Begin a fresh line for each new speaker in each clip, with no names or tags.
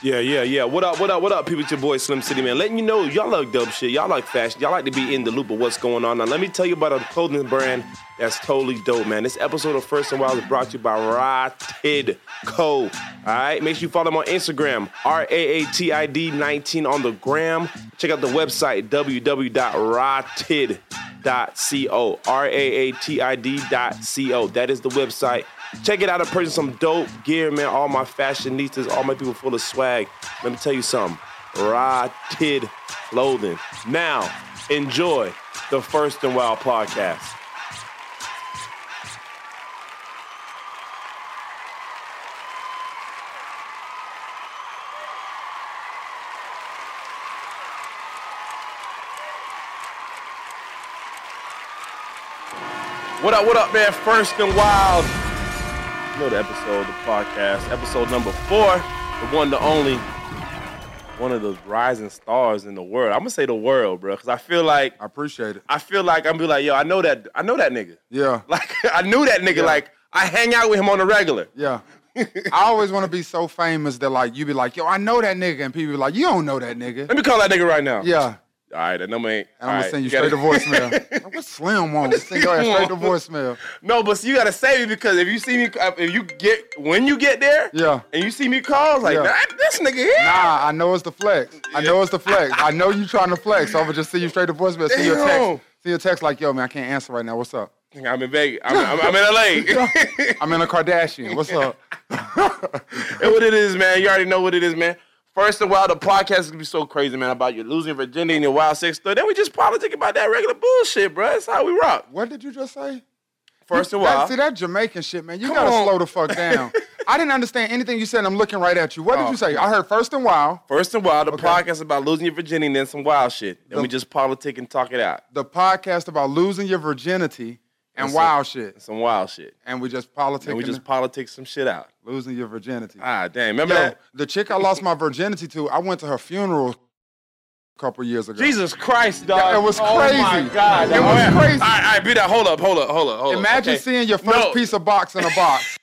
Yeah, yeah, yeah. What up, what up, what up, people? It's your boy Slim City Man. Letting you know y'all like dope shit. Y'all like fashion. Y'all like to be in the loop of what's going on. Now, let me tell you about a clothing brand that's totally dope, man. This episode of First and Wild is brought to you by Rotted Co. All right, make sure you follow them on Instagram, R A A T I D 19 on the gram. Check out the website, www.rotted.co. R A A T I D dot co. That is the website. Check it out and purchase some dope gear, man. All my fashionistas, all my people full of swag. Let me tell you something. Rotted clothing. Now, enjoy the First and Wild podcast. What up, what up, man? First and Wild. You know the episode, the podcast, episode number four, the one, the only, one of the rising stars in the world. I'm gonna say the world, bro, because I feel like
I appreciate it.
I feel like I'm be like, yo, I know that, I know that nigga.
Yeah.
Like I knew that nigga.
Yeah.
Like I hang out with him on the regular.
Yeah. I always want to be so famous that like you be like, yo, I know that nigga, and people be like, you don't know that nigga.
Let me call that nigga right now.
Yeah.
All right, that number ain't.
And
all
I'm
right,
gonna send you
gotta-
straight to voicemail. like, what Slim want? Just Send your ass straight to voicemail.
No, but see, you gotta save it because if you see me, if you get when you get there,
Yeah.
and you see me call, like
Yeah.
"That- this nigga here.
Nah, I know it's the flex. I know it's the flex. I know you trying to flex. So I'm gonna just send you straight to voicemail. Send you a
Damn.
text. Send you a text like, yo, man, I can't answer right now. What's up?
I'm in Vegas. I'm, I'm, I'm in LA.
I'm in a Kardashian. What's up?
and what it is, man. You already know what it is, man. First of all, the podcast is gonna be so crazy, man, about you losing virginity and your wild sex stuff. Then we just politic about that regular bullshit, bro. That's how we rock.
What did you just say?
First of
That,
all,
see that Jamaican shit, man. You
Come
gotta
on.
slow the fuck down. I didn't understand anything you said. and I'm looking right at you. What
Oh.
did you say? I heard first and while.
first of all, the podcast is about losing your virginity and then some wild shit. Then
The-
we just politic and talk it out.
the podcast about losing your virginity and
That's
wild shit.
Some wild shit.
And we just politic
And we just politic some shit out.
losing your virginity.
Ah, damn. Remember
Yo,
that?
the chick I lost my virginity to, I went to her funeral a couple years ago.
Jesus Christ, dog.
Yeah, it was
Oh my
crazy.
God.
It was crazy.
All right, all right, be that. Hold up, hold up, hold up, hold up.
Imagine
Okay.
seeing your first
No.
piece of box in a box.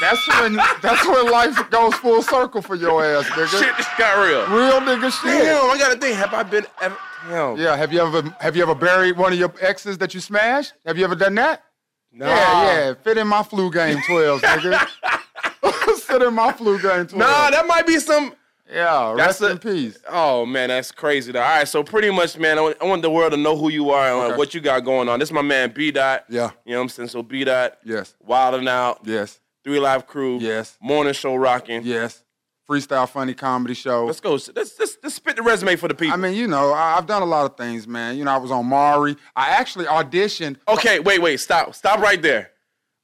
That's when that's when life goes full circle for your ass, nigga.
Shit, this got real.
Real nigga shit.
Damn, I gotta think. Have I been ever? Damn.
Yeah, have you ever have you ever buried one of your exes that you smashed? Have you ever done that?
Nah.
Yeah, yeah. Fit in my flu game 12, nigga. Sit in my flu game 12.
Nah, that might be some.
Yeah,
That's
rest
a-
in peace.
Oh man, that's crazy. Though. All right, so pretty much, man, I want, I want the world to know who you are and like,
Okay.
what you got going on. This is my man B Dot.
Yeah.
You know what I'm saying? So B Dot,
Yes,
Wildin' Out,
yes,
Three Live Crew,
Yes.
Morning Show Rocking.
yes. Freestyle funny comedy show.
Let's go. Let's, let's, let's spit the resume for the people.
I mean, you know, I, I've done a lot of things, man. You know, I was on Mari. I actually auditioned.
okay, wait, wait, stop, stop right there.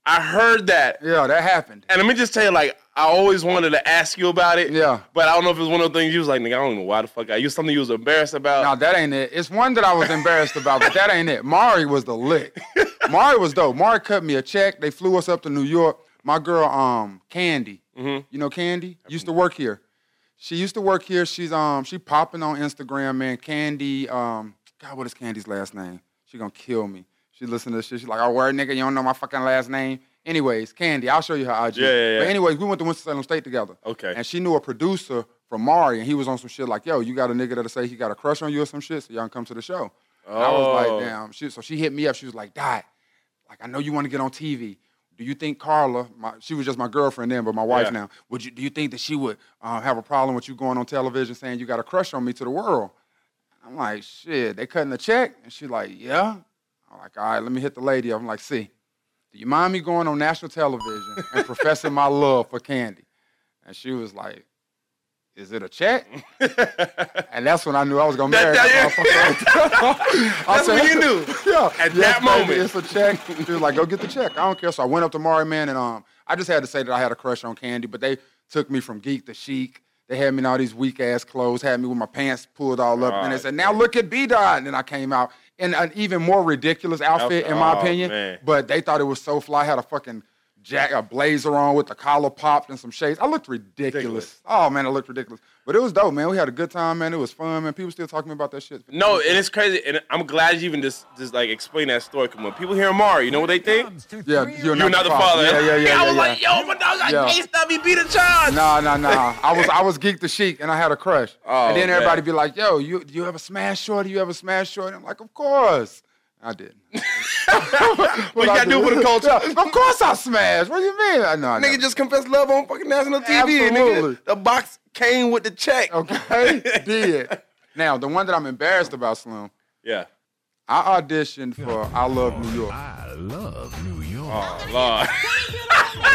I heard that,
Yeah, that happened.
and let me just tell you, like, I always wanted to ask you about it.
Yeah.
But I don't know if it was one of the things you was like, nigga, I don't know why the fuck I you something you was embarrassed about.
Now that ain't it. It's one that I was embarrassed about, but that ain't it. Mari was the lick. Mari was dope. Mari cut me a check. They flew us up to New York. My girl, um, Candy.
Mm-hmm.
You know Candy? Used to work here. She used to work here. She's um she popping on Instagram, man. Candy, um, God, what is Candy's last name? She gonna kill me. She listen to this shit. She's like, oh word, nigga, you don't know my fucking last name. Anyways, Candy, I'll show you her IG.
Yeah, yeah, yeah.
But anyways, we went to Winston Salem State together.
Okay.
And she knew a producer from Mari, and he was on some shit like, yo, you got a nigga that'll say he got a crush on you or some shit, so y'all can come to the show. And I was
Oh.
like, damn. She, so she hit me up. She was like, Dot, like I know you want to get on TV. Do you think Carla, my, she was just my girlfriend then, but my wife
Yeah.
now, would you, do you think that she would uh, have a problem with you going on television saying you got a crush on me to the world? I'm like, shit, they cutting the check? And she like, yeah. I'm like, all right, let me hit the lady up. I'm like, see, do you mind me going on national television and professing my love for candy? And she was like, is it a check?
Oh.
and that's when I knew I was gonna
That-
marry
that-
that, motherfucker. I
That's
said,
when you knew.
Yeah.
At
"Yes,
that
baby,
moment."
It's a check. She was like, go get the check. I don't care. So I went up to Mari Man and um I just had to say that I had a crush on Candy, but they took me from geek to chic. They had me in all these weak ass clothes, had me with my pants pulled all up, and they
God
said, "Now look at B Dot." And then I came out in an even more ridiculous outfit, in my
Oh,
opinion.
man.
But they thought it was so fly. I had a fucking jack a blazer on with the collar popped and some shades. I looked ridiculous.
Ridiculous.
Oh man, I looked ridiculous. But it was dope, man. We had a good time, man. It was fun, man. People still talking about that shit.
No, and it's crazy, and I'm glad you even just just like explain that story. Cause when people hear Amari, you know what they think?
Yeah, you're,
You're not the father.
Yeah, yeah, yeah. yeah,
I was
yeah.
like, yo, my dog, I
Yeah.
can't stop. He beat a charge.
Nah, nah, nah. I was I was geek the chic and I had a crush.
Oh,
and then
man.
everybody be like, yo, you do you ever smash shorty? You ever smash shorty? I'm like, of course. I didn't.
What you gotta do for the culture?
Yeah, of course I smashed. What do you mean? I know. I
Nigga just confessed love on fucking national TV.
Absolutely.
Nigga, the box came with the check.
Okay, did. Now the one that I'm embarrassed about, Slim.
Yeah.
I auditioned for I Love New York.
I love New York.
Oh lord.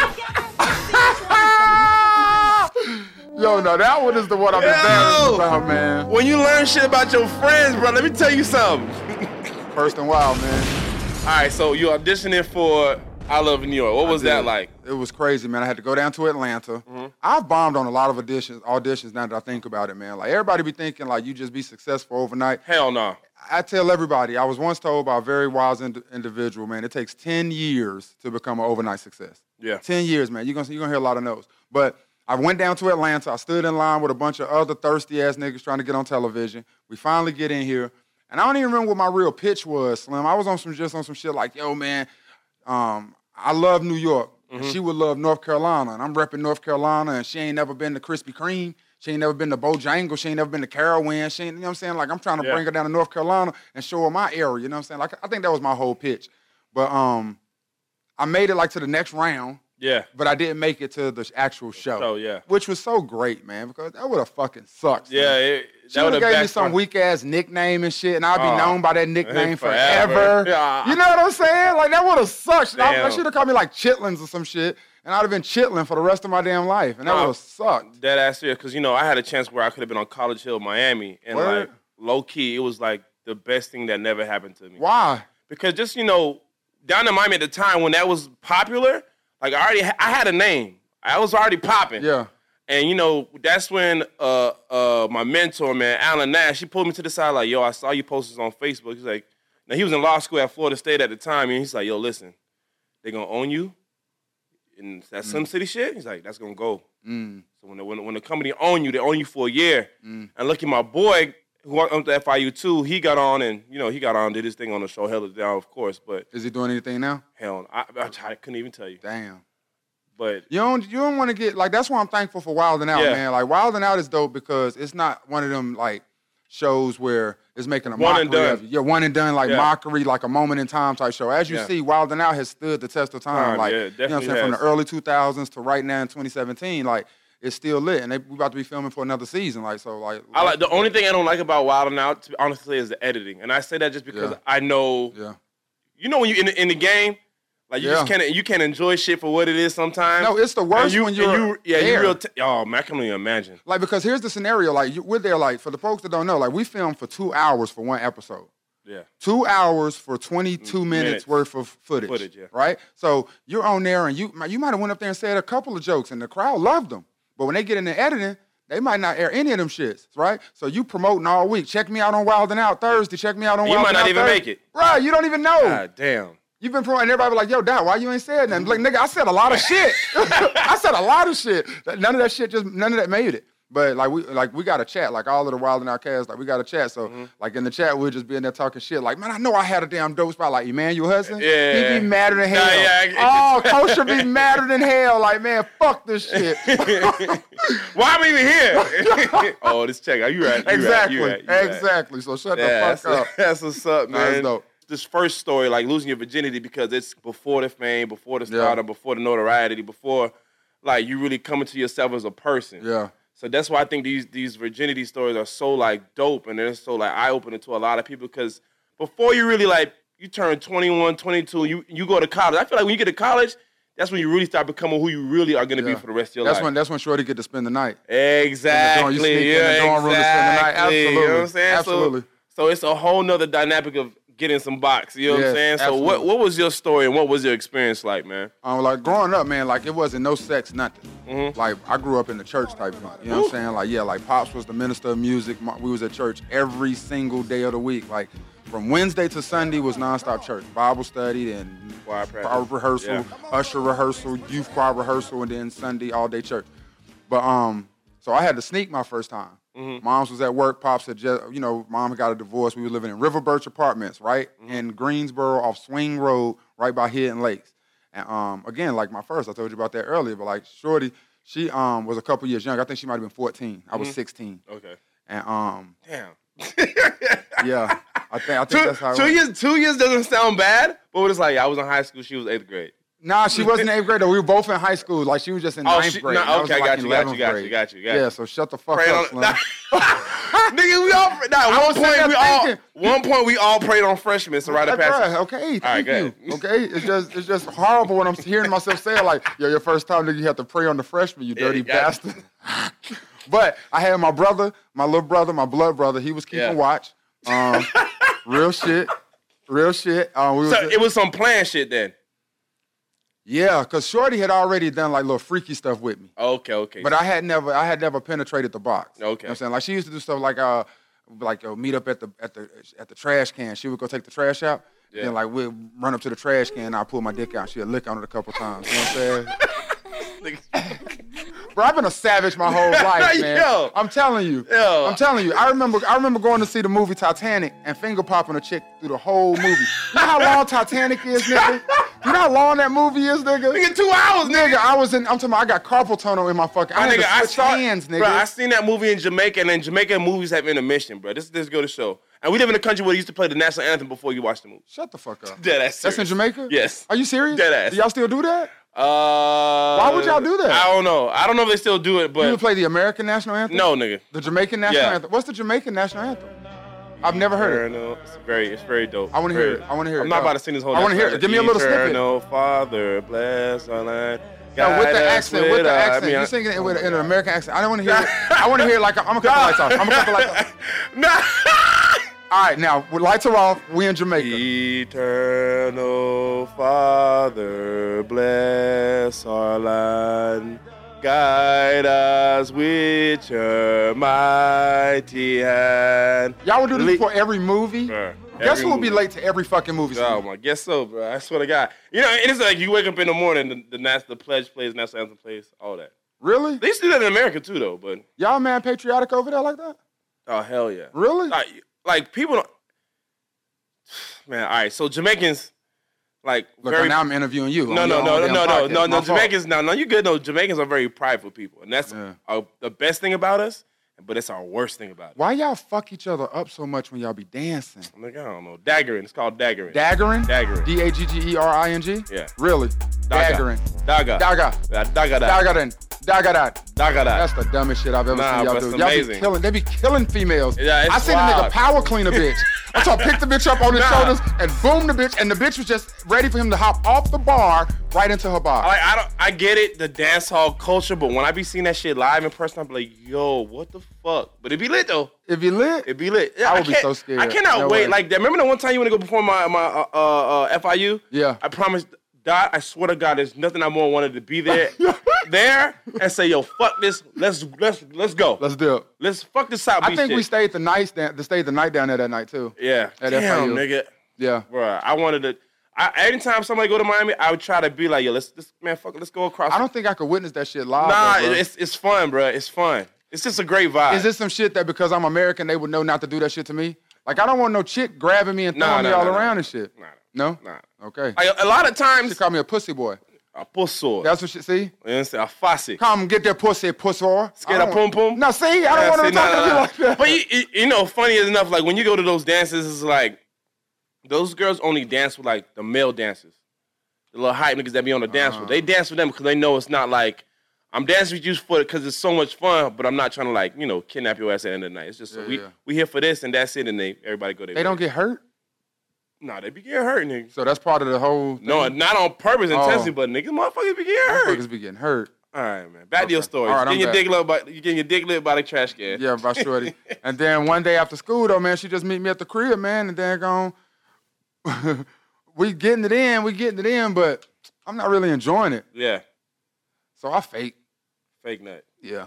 Yo, no, that one is the one I'm embarrassed about, man.
when you learn shit about your friends, bro, let me tell you something.
First and wild, man.
All right, so you auditioning for I Love New York. What was that
Dude,
like?
It was crazy, man. I had to go down to Atlanta. I've bombed on a lot of auditions. Auditions now that I think about it, man. Like everybody be thinking like you just be successful overnight.
Hell no.
I tell everybody, I was once told by a very wise ind- individual, man, it takes 10 years to become an overnight success.
Yeah.
10 years, man. You're going to you're gonna hear a lot of no's. But I went down to Atlanta. I stood in line with a bunch of other thirsty ass niggas trying to get on television. We finally get in here. And I don't even remember what my real pitch was, Slim. I was on some just on some shit like, yo, man, um, I love New York. and
Mm-hmm.
She would love North Carolina, and I'm repping North Carolina, and she ain't never been to Krispy Kreme. She ain't never been to Bojangles. She ain't never been to Carowinds. She ain't, you know what I'm saying? Like, I'm trying to
Yeah.
bring her down to North Carolina and show her my area. You know what I'm saying? Like, I think that was my whole pitch. But um, I made it like to the next round,
Yeah.
but I didn't make it to the actual show.
Oh, yeah.
Which was so great, man, because that would have fucking sucked.
Yeah.
man.
It,
She would have gave me
backfired.
some weak ass nickname and shit, and I'd be
Oh,
known by that nickname
forever.
forever.
Yeah.
You know what I'm saying? Like that would have sucked. I,
Damn.
should have called me like Chitlins or some shit, and I'd have been Chitlin for the rest of my damn life, and that
Nah.
would have sucked.
Dead ass serious, because you know I had a chance where I could have been on College Hill, Miami, and
Word.
like low key, it was like the best thing that never happened to me.
Why?
Because just you know, down in Miami at the time when that was popular, like I already ha- I had a name, I was already popping.
Yeah.
And you know, that's when uh uh my mentor, man, Alan Nash, he pulled me to the side, like, yo, I saw you posters on Facebook. He's like, now he was in law school at Florida State at the time, and he's like, yo, listen, they're gonna own you. And that
Mm.
Slim City shit, he's like, that's gonna go. So when the, when, the- when the company own you, they own you for a year.
Mm.
And lucky my boy, who went to FIU too, he got on and you know, he got on, did his thing on the show, held it down, of course, but
Is he doing anything now?
hell, I, I, I couldn't even tell you.
Damn.
But
You don't you don't want to get like that's why I'm thankful for Wild and Out,
Yeah.
man. Like Wild and Out is dope because it's not one of them like shows where it's making a
One
mockery
and
of
done.
you. Yeah, one and done, like
Yeah.
mockery, like a moment in time type show. As you
Yeah.
see, Wild and Out has stood the test of time.
Time,
like
yeah, it
you know what I'm
definitely
saying, from the
has.
early 2000s to right now in 2017, like it's still lit, and they, we about to be filming for another season. Like so, like
I like the only thing I don't like about Wild and Out, to be honestly, is the editing. And I say that just because
Yeah.
I know,
yeah.
you know, when you in the, in the game, like you just
Yeah.
can't you can't enjoy shit for what it is sometimes.
No, it's the
And
worst
you,
when
and
you're
you yeah
there.
you real. T- oh man, I can only imagine.
Like, because here's the scenario. Like, you, we're there, like, for the folks that don't know, like, we filmed for two hours for one episode.
Yeah,
Two hours for 22 minutes,
Mm, minutes.
worth of footage.
Footage, yeah.
Right? So you're on there and you, you might have went up there and said a couple of jokes and the crowd loved them. But when they get into editing, they might not air any of them shits, right? So you promoting all week. Check me out on Wild and Out Thursday. Check me out on
You
Wild
might
and
not
Out
even
Thursday.
make it.
Bruh, you don't even know.
God damn.
You've been promoting everybody be like, yo, Dad, why you ain't said nothing? Like, nigga, I said a lot of shit. I said a lot of shit. None of that shit just none of that made it. But like we like we got a chat, like all of the wild and our cast, like we got a chat. So
Mm-hmm.
like in the chat, we're just being there talking shit. Like, man, I know I had a damn dope spot. Like Emmanuel Hudson,
Yeah.
he be madder than hell.
yeah, I-
oh, Kosher be madder than hell. Like, man, fuck this shit.
Why am I even here? oh, this check. Are you right? You
exactly,
Right, you right, you right.
exactly. So shut
Yeah,
the
that's,
fuck up.
that's what's up,
Nah, it's
man.
dope.
This first story, like losing your virginity, because it's before the fame, before the
Yeah.
stardom, before the notoriety, before like you really coming to yourself as a person.
Yeah.
So that's why I think these these virginity stories are so like dope and they're so like eye opening to a lot of people because before you really like you turn 21, 22, you you go to college. I feel like when you get to college, that's when you really start becoming who you really are gonna
Yeah.
be for the rest of your
that's
life.
when that's when Shorty get to spend the night.
Exactly.
You sneak in the
yeah,
dorm room to spend the night.
exactly. You know what I'm
Absolutely.
saying?
Absolutely.
So, so it's a whole nother dynamic of getting some box. You know what I'm saying?
Yes,
So what,
absolutely.
what was your story and what was your experience like, man?
Um, like growing up, man, like it wasn't no sex, nothing.
Mm-hmm.
Like I grew up in the church type thing. You know what I'm saying? Like yeah, like pops was the minister of music. My- We was at church every single day of the week. Like From Wednesday to Sunday was nonstop church, Bible study, and
Choir practice.
choir rehearsal,
Yeah.
usher rehearsal, youth choir rehearsal, and then Sunday all day church. But um, so I had to sneak my first time. Mom's was at work. Pops had just, you know, mom had got a divorce. We were living in River Birch Apartments, right in Greensboro, off Swing Road, right by Hidden Lakes. And um, again, like my first, I told you about that earlier. But like Shorty, she um was a couple years younger. I think she might have been 14. I was 16.
Okay.
And um,
Damn.
yeah, I think I think
Two,
that's how. it
two
went.
years. Two years doesn't sound bad, but it's like I was in high school. She was eighth grade.
Nah, she wasn't in eighth grade though. We were both in high school. Like she was just in
Oh,
ninth
she-
grade.
nah,
and I was
okay,
in, like
got you, got you,
11th
got you,
grade.
got you, got
Yeah,
you.
so shut the fuck
Prayed
up,
on.
Slim.
Nigga, we all. Nah, one
was sitting
point we
there
all.
thinking-
One point we all prayed on freshmen. So right
Like,
of passage.
bruh, okay, thank
right, go
you.
ahead.
Okay, it's just it's just horrible when I'm hearing myself say it like, "Yo, your first time, nigga, you have to pray on the freshman, you
Yeah,
dirty
you got it.
bastard." but I had my brother, my little brother, my blood brother. He was keeping
Yeah.
watch. Um, real shit, real shit. Um, we was
So it was some plan shit then.
yeah, cause Shorty had already done like little freaky stuff with me.
Okay, okay.
But I had never, I had never penetrated the box. You know
Okay.
what I'm saying like she used to do stuff like uh, like uh, meet up at the at the at the trash can. She would go take the trash out.
Yeah.
Then like we would run up to the trash can. and I pull my dick out. She'd lick on it a couple times. You know what I'm saying? Bro, I've been a savage my whole life, man.
Yo.
I'm telling you.
Yo.
I'm telling you. I remember. I remember going to see the movie Titanic and finger popping a chick through the whole movie. you know how long Titanic is, nigga? You know how long that movie is, nigga?
Nigga, two hours,
Nigga, I was in. I'm talking. About, I got carpal tunnel in my fucking. I,
My
had
nigga,
to
I
switch
saw
hands, nigga.
Bro, I seen that movie in Jamaica, and then Jamaican movies have intermission, bro. This this go to show. And we live in a country where they used to play the national anthem before you watch the movie.
Shut the fuck up.
Dead ass.
That's in
serious.
Jamaica.
Yes.
Are you serious?
Dead ass.
Do y'all still do that?
Uh,
Why would y'all do that?
I don't know. I don't know if they still do it,
You
but
would play the American national anthem.
no, nigga.
The Jamaican national
Yeah.
anthem. What's the Jamaican national anthem? I've never heard it.
Eternal. It's very, it's very dope.
I wanna hear
Very-
it. I wanna hear it.
I'm not
Go.
about to sing this whole.
I wanna hear it. Give me a little snippet.
No, Father, bless our land.
Now, with
guide
the
us
accent, with the
our-
accent,
I mean, I-
you're singing it with in an American accent. I don't want to hear. it. I want to hear it like I'm gonna cut the lights off. I'm gonna cut the lights off. All right, now with lights are off. We in Jamaica.
Eternal Father, bless our land. Guide us with your mighty hand.
Y'all would do
Le-
this for every movie.
Bruh,
Guess
every
who would be
movie.
late to every fucking movie?
Oh
scene?
my, guess so, bro. I swear to God. You know, and it's like you wake up in the morning, the, the, nas- the pledge plays, national anthem plays, all that.
Really?
They used to do that in America too, though. But
Y'all man patriotic over there like that?
oh hell yeah,
Really?
like, like people don't. Man, all right. So Jamaicans, like
Look,
very
now I'm interviewing you.
No,
on
no,
your
no,
own
no,
damn
no, no,
podcast.
no,
My
no.
fault.
Jamaicans, no, no. You good? No, Jamaicans are very prideful people, and that's
Yeah.
our, the best thing about us. But it's our worst thing about it.
Why y'all fuck each other up so much when y'all be dancing?
I'm like, I don't know. Daggering. It's called daggering.
Daggering?
Daggering.
D A G G E R I N G?
Yeah.
Really?
Daga.
Daggering.
Daga.
Daga.
Yeah, Daga. Daga.
Daggering. Daggarat.
Daga.
That's
Daga.
the dumbest shit I've ever
Nah,
seen y'all
but
do.
it's
Y'all be
amazing.
killing. They be killing females.
Yeah, it's
I seen a
wild.
nigga power clean a bitch. I saw pick the bitch up on his
Nah.
shoulders and boom the bitch, and the bitch was just ready for him to hop off the bar right into her bar.
Like I don't, I get it, the dance hall culture, but when I be seeing that shit live in person, I be like, yo, what the fuck? But it be lit though.
if you lit,
It be lit. Yeah,
I would be
can't-
so scared.
I cannot
No
wait.
way.
Like that. Remember the one time you want to go perform my my uh, uh, uh, FIU?
Yeah.
I promise. God, I swear to God, there's nothing I more wanted to be there, there, and say, yo, fuck this. Let's let's let's go. Let's,
let's do it.
fuck this South
I
Beach
think
shit.
we stayed the night, sta- stayed the night down there that night too.
Yeah.
at
Damn,
FIU.
nigga.
Yeah.
Bruh, I wanted to. I, anytime somebody go to Miami, I would try to be like, yo, let's this man, fuck, it, let's go across.
I don't think I could witness that shit live.
Nah,
though, bro.
it's it's fun, bruh. It's fun. It's just a great vibe.
is this some shit that because I'm American they would know not to do that shit to me? Like I don't want no chick grabbing me and
Nah,
throwing me
nah,
all
nah,
around
nah.
and shit.
Nah,
No.
nah.
Okay.
Like, a lot of
she
times,
called me a pussy boy.
a pussy.
That's what she see.
You understand? A fussy.
Come get that pussy, pussy.
Scared of pum pum.
No, see, I don't want her
see, nah, nah,
talking to me
nah.
like that.
But you, you, you know, funny enough, like when you go to those dances, it's like those girls only dance with like the male dancers, the little hype niggas that be on the dance
Uh.
floor. They dance with them because they know it's not like I'm dancing with you for it because it's so much fun, but I'm not trying to like you know kidnap your ass at the end of the night. It's just
Yeah,
we
yeah.
we here for this and that's it, and they everybody go.
They don't get hurt.
Nah, they be getting hurt, niggas.
So that's part of the whole. Thing.
No, not on purpose,
Oh.
intentionally, but niggas, motherfuckers be getting hurt.
Motherfuckers be getting hurt.
All right, man. Back to your
Okay.
story.
All right,
getting
I'm
your
back.
dick lit by you getting your dick lit by the trash can.
Yeah, by shorty. and then one day after school, though, man, she just meet me at the crib, man, and then gone. we getting it in, we getting it in, but I'm not really enjoying it.
Yeah.
So I fake.
Fake nut.
Yeah.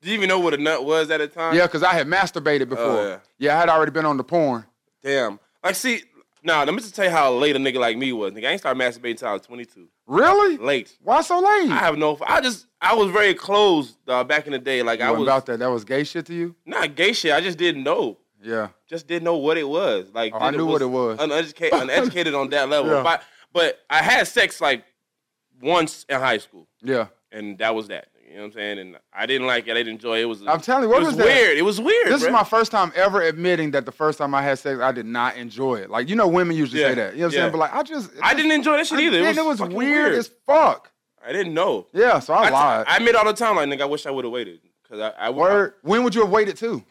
Do you even know what a nut was at the time?
Yeah, because I had masturbated before.
Oh, yeah.
yeah. I had already been on the porn.
Damn. Like, see, nah, let me just tell you how late a nigga like me was. Nigga, I ain't started masturbating until I was 22.
Really?
Late.
Why so late?
I have no, I just, I was very closed uh, back in the day. Like, I
What
was
about that? That was gay shit to you?
not gay shit. I just didn't know.
Yeah.
Just didn't know what it was. Like,
Oh, I
did-
knew what it was.
Uneducated, uneducated on that level.
Yeah.
But, but I had sex like once in high school.
Yeah.
and that was that. You know what I'm saying? And I didn't like it. I didn't enjoy it. It was.
I'm telling you, what
it
was that?
weird. It was weird.
This is
bruh.
my first time ever admitting that the first time I had sex, I did not enjoy it. Like, you know, women usually
Yeah,
say that. You know what I'm
yeah.
saying? But like, I just.
I didn't enjoy that shit
I
either.
didn't.
it was,
it was
fucking
weird, as fuck.
I didn't know.
Yeah, so I,
I,
lied.
I admit all the time, like nigga, I wish I would have waited because I, I
Word. when would you have waited to?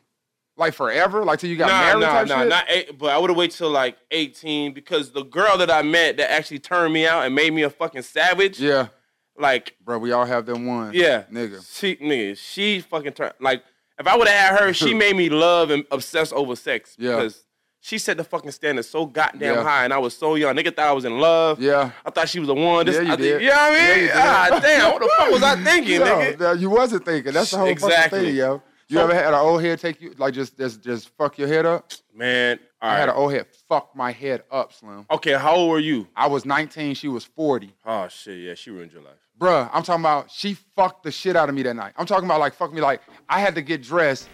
Like forever? Like till you
I,
got
nah,
married?
nah,
type
nah,
shit?
not eight, but I would have waited till like 18 because the girl that I met that actually turned me out and made me a fucking savage.
yeah,
Like,
bro, we all have them one.
yeah,
nigga.
she nigga, she fucking turned. Like, if I would have had her, she made me love and obsess over sex.
Yeah.
because she set the fucking standard so goddamn
Yeah.
high, and I was so young. Nigga thought I was in love.
Yeah.
I thought she was the one. This,
Yeah, you
I
did.
Think, you know what I mean?
Yeah, you
ah, damn. What the fuck was I thinking,
Yo,
nigga?
nah, you wasn't thinking. That's the whole
Exactly.
fucking thing, yo. You
So-
ever had an old head take you like just just just fuck your head up?
Man, all
I had
right.
an old head fuck my head up, Slim.
okay, how old were you?
I was 19, she was 40.
Oh shit, yeah, she ruined your life.
Bruh, I'm talking about she fucked the shit out of me that night. I'm talking about like fuck me like I had to get dressed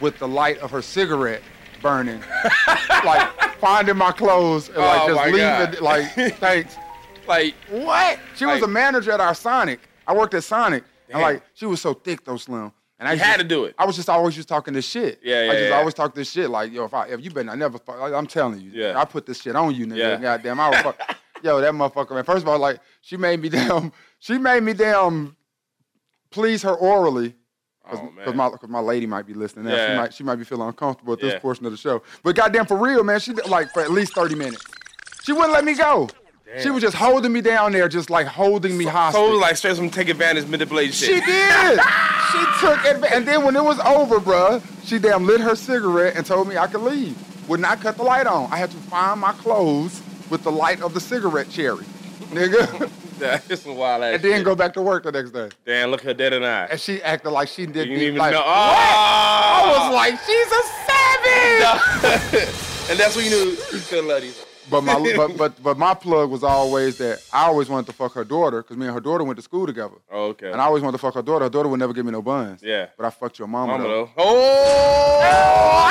with the light of her cigarette burning. like finding my clothes and like
Oh, my
just
God.
leaving like thanks.
Like,
What? She was
Like-
a manager at our Sonic. I worked at Sonic.
Damn.
And like she was so thick though, Slim. And I
You had to do it.
I was just always just talking this shit.
Yeah, yeah,
I just
yeah.
always talk this shit. Like, yo, if I if you better I never fuck like, I'm telling you.
Yeah.
I put this shit on you, nigga.
Yeah.
Goddamn, I was fuck. yo, that motherfucker, man. First of all, like, she made me damn, she made me damn please her orally. Cause,
Oh,
'cause
man.
my, cause my lady might be listening now.
Yeah.
She might she might be feeling uncomfortable at this
Yeah.
portion of the show. But goddamn for real, man, she did, like for at least 30 minutes. She wouldn't let me go. She was just holding me down there, just like holding me hostage.
so it was like straight from take advantage, manipulation shit.
she did. she took advantage. And then when it was over, bruh, she damn lit her cigarette and told me I could leave. Would not cut the light on. I had to find my clothes with the light of the cigarette cherry, nigga,
That's some wild ass.
and then
shit.
go back to work the next day.
Damn, look her dead in the eye.
And she acted like she didn't,
You didn't even
like,
know. Ah. Oh,
I was like, she's a savage.
and that's when you knew you could love these.
But my but, but but my plug was always that I always wanted to fuck her daughter because me and her daughter went to school together.
Oh, Okay.
And I always wanted to fuck her daughter. Her daughter would never give me no buns.
Yeah.
But I fucked your mama,
Mama
though.
though. Oh!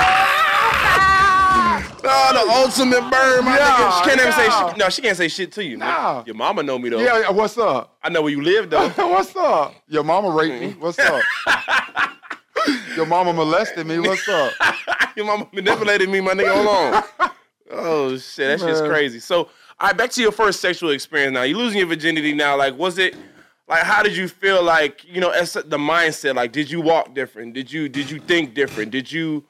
oh, the ultimate burn, my nigga. She can't ever say
nah.
she, no. She can't say shit to you. nigga.
Nah.
Your mama know me though.
Yeah, yeah, what's up?
I know where you live though.
what's up? Your mama raped me. What's up? your mama molested me. What's up?
Your mama manipulated me, my nigga. Hold on. Oh shit, that shit's
Man.
crazy. So, all right, back to your first sexual experience. Now you losing your virginity. Now, like, was it like how did you feel? Like, you know, as the mindset. Like, did you walk different? Did you did you think different? Did you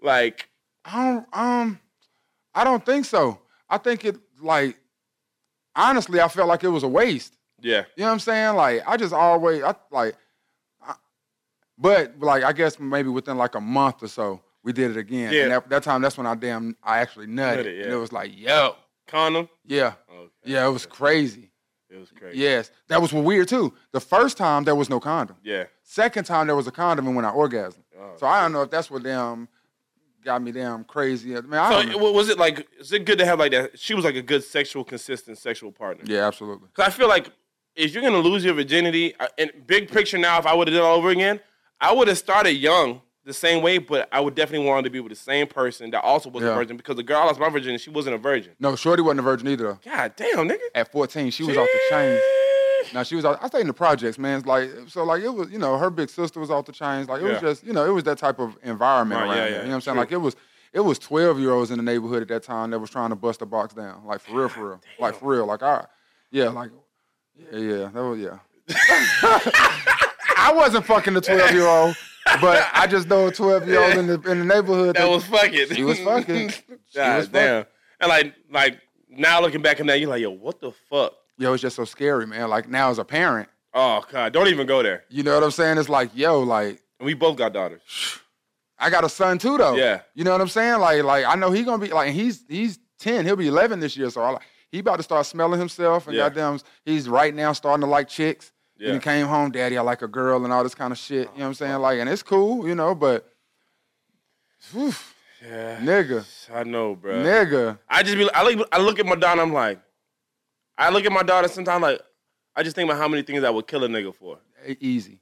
like?
I don't um I don't think so. I think it like honestly, I felt like it was a waste.
Yeah,
You know what I'm saying? Like I just always I like I- but like I guess maybe within like a month or so, we did it again.
Yeah.
And that, that time that's when I damn I actually nutted.
Nutted, yeah.
And it was like, yo,
condom.
yeah.
Okay.
Yeah, it was crazy.
It was crazy.
Yes. That was weird too. The first time there was no condom.
Yeah.
Second time there was a condom and when I orgasmed.
Oh.
so I don't know if that's what damn got me damn crazy. I mean, I
So
don't
it-
know.
wa- was it like? Is it good to have like that? She was like a good sexual, consistent sexual partner.
yeah, absolutely.
Cause I feel like if you're gonna lose your virginity, I- and big picture now, if I would have done it all over again, I would have started young the same way, but I would definitely wanted to be with the same person that also was a
Yeah.
virgin because the girl I lost my virginity, she wasn't a virgin.
No, Shorty wasn't a virgin either. though.
God damn, nigga.
At 14, she was off the chain. Now she was out, I stayed in the projects, man. It's like so like it was, you know, her big sister was off the chains. Like it
Yeah.
was just, you know, it was that type of environment
Right,
around
yeah,
here.
yeah,
You know what I'm saying?
true.
Like it was it was 12 year olds in the neighborhood at that time that was trying to bust the box down. Like for real, for real. Like for real. Like I yeah, like yeah, yeah. That was yeah. I wasn't fucking the 12 year old, but I just know a 12 year old in the in the neighborhood
That was fucking.
she was fucking. She
God
was fucking.
damn. And like, like now looking back on that, you're like, yo, what the fuck?
Yo, it's just so scary, man. Like now as a parent,
Oh God, don't even go there.
you know what I'm saying? It's like, yo, like
And we both got daughters.
I got a son too, though.
Yeah.
You know what I'm saying? Like, like I know he gonna be like and he's he's ten. He'll be eleven this year, so I, like, he about to start smelling himself and
Yeah.
goddamn, he's right now starting to like chicks. And
Yeah.
he came home, daddy, I like a girl and all this kind of shit. You know what I'm saying? Like, and it's cool, you know, but. oof, Nigga.
I know, bro.
Nigga.
I just be I look I look at my daughter. I'm like, I look at my daughter sometimes like, I just think about how many things I would kill a nigga for,
E- Easy.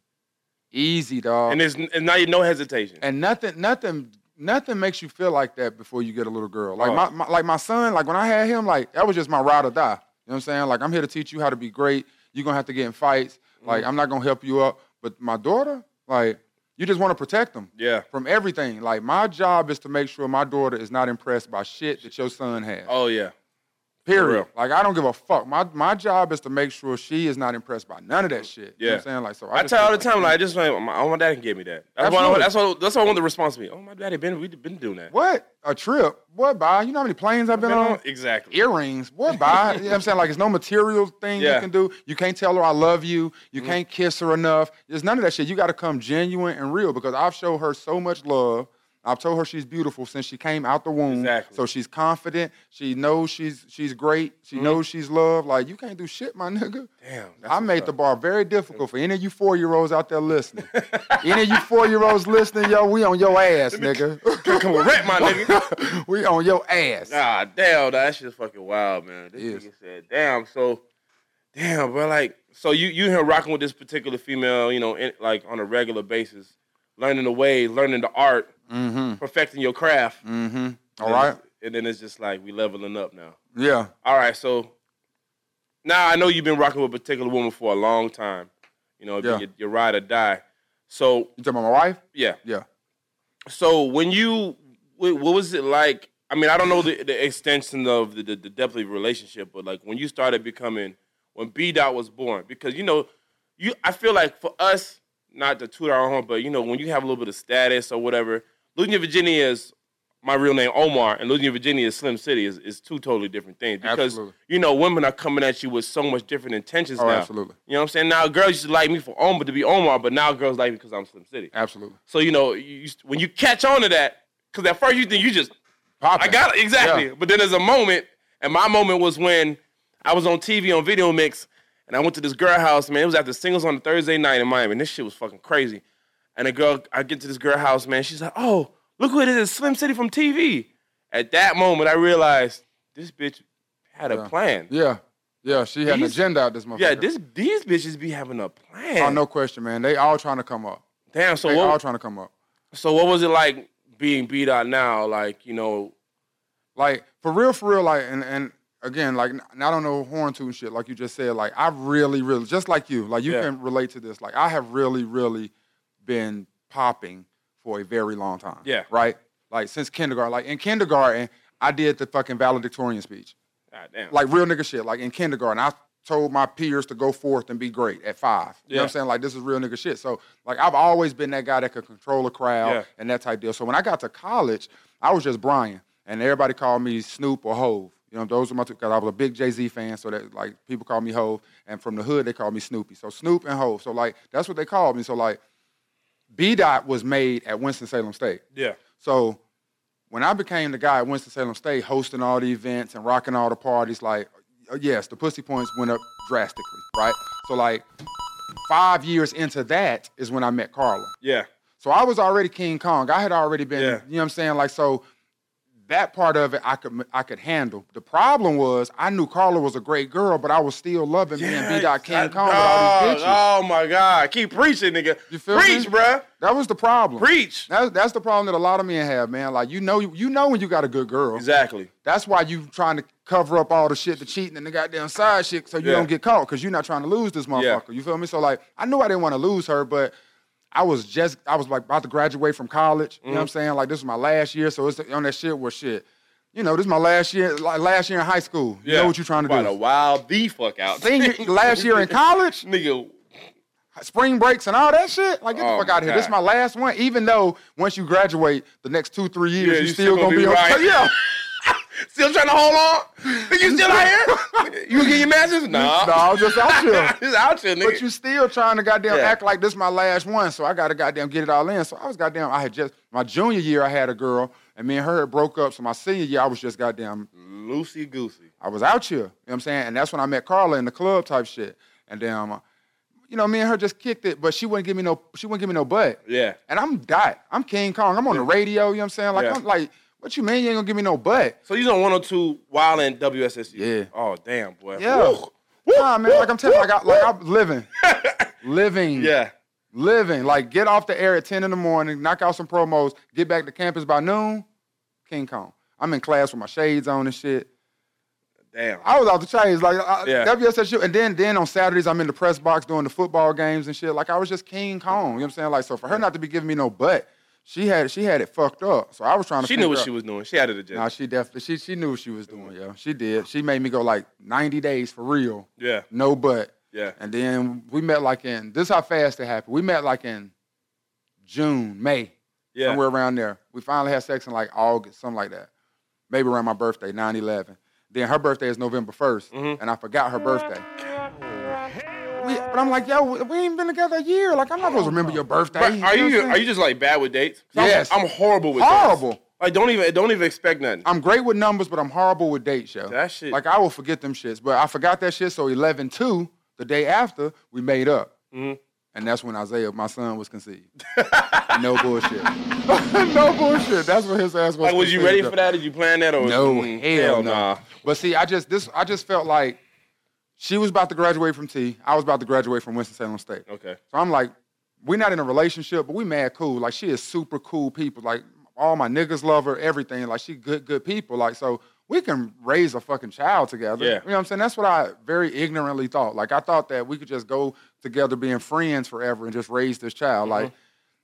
Easy, dog.
and
And,
there's and now you no hesitation.
nothing, nothing, nothing makes you feel like that before you get a little girl. Like
Oh.
my, my like my son, like when I had him, like that was just my ride or die. You know what I'm saying? Like I'm here to teach you how to be great. You're gonna have to get in fights. Like
Mm.
I'm not gonna help you up. But my daughter, like, you just wanna protect them.
Yeah.
From everything. Like my job is to make sure my daughter is not impressed by shit that your son has.
Oh yeah.
Period.
real.
Like I don't give a fuck. My my job is to make sure she is not impressed by none of that shit. You know what I'm
Yeah.
saying? Like so
I
just
tell her all
feel
the time, like, I just like, my, oh, my daddy gave me that. That's why, I,
Absolutely.
that's why, that's why I want the response to me. Oh, my daddy been, we've been doing that.
What? A trip? What by? You know how many planes I've been,
Been
on?
on- Exactly.
Earrings. What by? you know what I'm saying? Like it's no material thing
Yeah. Mm-hmm.
you can do. You can't tell her I love you. You can't kiss her enough. There's none of that shit. You gotta come genuine and real because I've showed her so much love. I've told her she's beautiful since she came out the womb.
Exactly.
So she's confident. She knows she's she's great. She knows she's loved. Like you can't do shit, my nigga.
Damn. Mm-hmm. that's
I
what's
made
up.
the bar very difficult for any of you four year olds out there listening. any of you four year olds listening, yo, we on your ass, nigga.
Come on, rap my nigga.
we on your ass.
Nah, damn, that shit's fucking wild, man. This
Yes.
nigga said, damn, so, damn, bro, like, so you you here rocking with this particular female, you know, in, like on a regular basis, learning the way, learning the art,
Mm-hmm.
perfecting your craft.
Mm-hmm. All
And
right.
it's- And then it's just like we leveling up now.
Yeah.
All right, so now I know you've been rocking with a particular woman for a long time. You know,
Yeah.
your, your ride or die. So
You talking about my wife?
yeah,
Yeah.
So when you, wh- what was it like? I mean, I don't know the, the extension of the, the, the depth of your relationship, but like when you started becoming, when B Dot was born, because you know, you I feel like for us, not to toot our horn, but you know, when you have a little bit of status or whatever, losing your virginity is my real name Omar, and losing your virginity is Slim City is, is two totally different things because
Absolutely.
you know women are coming at you with so much different intentions
Oh,
now.
absolutely.
You know what I'm saying? Now girls used to like me for Omar to be Omar, but now girls like me because I'm Slim City.
Absolutely.
So you know, you, you- when you catch on to that, because at first you think you just
Pop.
I got it exactly,
Yeah.
but then there's a moment, and my moment was when I was on TV on Video Mix, and I went to this girl house. Man, it was after singles on a Thursday night in Miami, and this shit was fucking crazy. And the girl, I get to this girl house, man. She's like, "Oh, look who it is! It's Slim City from TV." At that moment, I realized this bitch had a
Yeah.
plan. Yeah,
Yeah. Yeah. She had an
These-
agenda out this motherfucker.
this these bitches be having a plan.
Oh, no question, man. They all trying to come up.
Damn. So
They
what?
all trying to come up.
so what was it like being beat out now? Like you know,
Like for real, for real, like and and again, like n- I don't know horn tune shit, like you just said. Like I really, really, just like you, like you
Yeah.
can relate to this. Like I have really, really been popping for a very long time.
Yeah.
Right. Like since kindergarten. Like in kindergarten, I did the fucking valedictorian speech.
God damn.
Like real nigga shit. Like in kindergarten, I told my peers to go forth and be great at five. You know what
Yeah.
I'm saying? Like this is real nigga shit. So like I've always been that guy that could control a crowd
Yeah.
and that type deal. So when I got to college, I was just Brian, and everybody called me Snoop or Hove. You know, those were my two because I was a big Jay Z fan, so that like people called me Hove, and from the hood they called me Snoopy. So Snoop and Hove. So like that's what they called me. So like B Dot was made at Winston Salem State.
yeah.
So when I became the guy at Winston Salem State, hosting all the events and rocking all the parties, like uh, yes, the pussy points went up drastically, right? So like five years into that is when I met Carla.
Yeah.
So I was already King Kong. I had already been,
Yeah.
you know what I'm saying? Like so that part of it I could I could handle. The problem was I knew Carla was a great girl, but I was still loving being B dot King Kong with all these
dog.
bitches.
Oh my God. Keep preaching, nigga.
You feel
Preach,
me?
bruh.
That was the problem.
Preach.
That's that's the problem that a lot of men have, man. Like you know you know when you got a good girl.
Exactly.
That's why you trying to cover up all the shit, the cheating and the goddamn side shit, so you
Yeah.
don't get caught because you're not trying to lose this motherfucker. You feel me? So like, I knew I didn't want to lose her, but I was just, I was like about to graduate from college. You know
Mm-hmm.
what I'm saying? Like this is my last year, so it's on that shit where shit. You know, this is my last year, like last year in high school. You know what you're trying to
About
do.
to wild the fuck out.
Senior, last year in college,
nigga.
spring breaks and all that shit. Like get
Oh,
the fuck out of here. This is
God.
my last one. Even though once you graduate, the next two three years,
Yeah,
you still gonna, be,
right.
on. Yeah.
Still trying to hold on? Nigga, you still out here? You get your masters? Nah.
No, I'm just out here.
It's out here, nigga.
But you still trying to goddamn
Yeah.
act like this my last one, so I gotta goddamn get it all in. So I was goddamn. I had just my junior year, I had a girl, and me and her had broke up. So my senior year, I was just goddamn.
Loosey goosey.
I was out here. You know what I'm saying? And that's when I met Carla in the club type shit. And damn, uh, you know, me and her just kicked it, but she wouldn't give me no. She wouldn't give me no butt.
Yeah.
And I'm dot. I'm King Kong. I'm on the radio. You know what I'm saying? Like
Yeah.
I'm like What you mean you ain't gonna give me no butt?
So you on 102 while in WSSU?
Yeah.
Oh damn, boy.
Yeah.
Woo.
Nah, man, like I'm telling you, like, I, like I'm living. living.
Yeah.
Living. Like get off the air at 10 in the morning, knock out some promos, get back to campus by noon, King Kong. I'm in class with my shades on and shit.
Damn.
I was out the chains, like I,
Yeah.
WSSU, and then then on Saturdays I'm in the press box doing the football games and shit. Like I was just King Kong, you know what I'm saying? Like so for her not to be giving me no butt, she had she had it fucked up. So I was trying to.
She knew what
figure
she
out-
was doing. She had it agenda.
Nah, she definitely she she knew what she was doing, yo. She did. She made me go like 90 days for real,
yeah.
no butt.
Yeah.
And then we met like in this is how fast it happened. We met like in June, May,
Yeah.
somewhere around there. We finally had sex in like August, something like that. Maybe around my birthday, 9-11. Then her birthday is November 1st,
Mm-hmm.
and I forgot her birthday. We, but I'm like, yo, we, we ain't been together a year. Like, I'm not supposed to remember your birthday.
But are
know
you
what I'm
are you
saying?
just like bad with dates? 'Cause I'm-
Yes.
I'm, horrible with
Horrible.
dates. Like don't even don't even expect nothing.
I'm great with numbers, but I'm horrible with dates, yo.
That shit-
Like, I will forget them shits. But I forgot that shit, so 11-2, the day after, we made up. And that's when Isaiah, my son, was conceived. no bullshit. no bullshit. That's what his ass was
like was you
conceived,
ready
yo.
for that? Did you plan that or
No,
Mm,
hell, no.
nah.
But see, I just this I just felt like she was about to graduate from T. I was about to graduate from Winston Salem State.
Okay.
So I'm like, we're not in a relationship, but we mad cool. Like she is super cool people. Like all my niggas love her, everything. Like she good, good people. Like so we can raise a fucking child together.
Yeah.
You know what I'm saying? That's what I very ignorantly thought. Like I thought that we could just go together being friends forever and just raise this child.
Mm-hmm.
Like,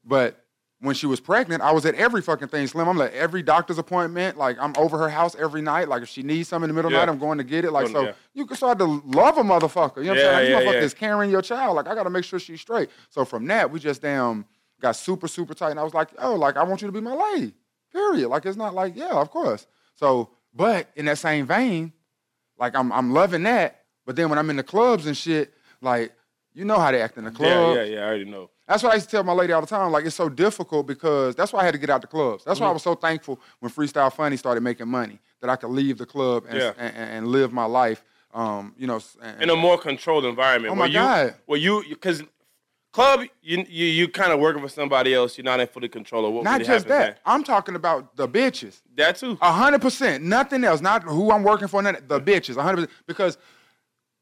but when she was pregnant, I was at every fucking thing, Slim. I'm like every doctor's appointment. Like I'm over her house every night. Like if she needs something in the middle
Yeah.
of the night, I'm going to get it. Like
Going-
so
yeah.
you can start to love a motherfucker. You know what
Yeah,
I'm saying? Like,
yeah,
this motherfucker
yeah.
is carrying your child. Like I gotta make sure she's straight. So from that, we just damn got super, super tight. And I was like, oh, like I want you to be my lady. Period. Like it's not like, yeah, of course. So, but in that same vein, like I'm I'm loving that. But then when I'm in the clubs and shit, like you know how they act in the
Yeah,
clubs.
yeah, yeah. I already know.
That's what I used to tell my lady all the time. Like, it's so difficult because that's why I had to get out the clubs. That's
Mm-hmm.
why I was so thankful when Freestyle Funny started making money that I could leave the club and,
Yeah.
and, and- and live my life. Um, you know, s- and,
In a more controlled environment.
Oh
where
my
you,
God.
Where you because club you you you kind of working for somebody else. You're not in full control of what
not
really
just
happens
that.
there.
I'm talking about the bitches.
That too.
A hundred percent. Nothing else. Not who I'm working for. None. The bitches. A hundred percent. Because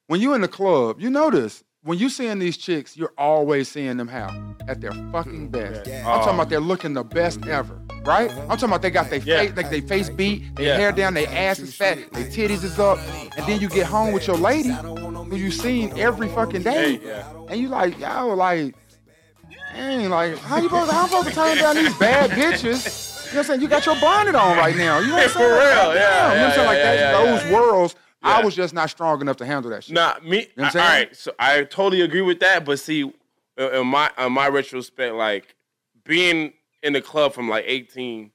when you in the club, you notice when you seeing these chicks, you're always seeing them how at their fucking best. I'm talking about they're looking the best ever. Right? I'm talking about they got their
Um, Uh-huh. Yeah.
face, like they face beat, their
Yeah.
hair down, their ass is fat, their titties is up, and then you get home with your lady who you seen every fucking day,
Hey, yeah.
and you like, yo, like, Dang, like, how you supposed to, how I'm supposed to turn down these bad bitches? You know what I'm saying? You got your bonnet on right now. You know what I'm
For
saying? Like,
real, yeah,
goddamn, You know what I'm
yeah,
saying? Like,
yeah,
that's,
yeah, yeah,
those
yeah.
worlds, I
Yeah.
was just not strong enough to handle that shit.
Nah, me.
know what I'm
all
saying?
right, so I totally agree with that. But see, in in my in my retrospect, like being in the club from like 18,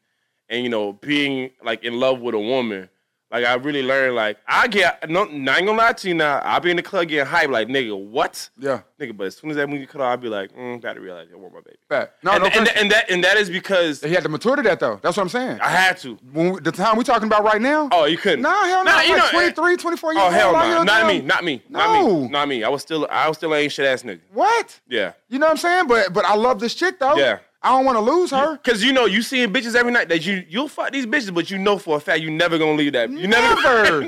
and you know being like in love with a woman, like I really learned. Like I get no, not gonna lie to you now. I be in the club getting hype, like nigga, what?
Yeah.
Nigga, but as soon as that movie cut off, I'd be like, mm, gotta realize I want my baby.
Fact. No,
and,
no,
and,
question.
and that and that is because
he had to mature to that, though. That's what I'm saying.
I had to.
When we- the time we're talking about right now,
Oh, you couldn't.
nah, hell no.
Nah,
I'm
you
like
know-
23, 24 years
Oh
old.
hell
like,
no,
yo,
not me,
damn,
not me, not
No.
me, not me. I was still, I was still ain't shit ass nigga.
What?
Yeah.
You know what I'm saying? But but I love this chick, though.
Yeah.
I don't want to lose her.
Cause you know you seeing bitches every night that you you'll fuck these bitches, but you know for a fact you never gonna leave that. You never,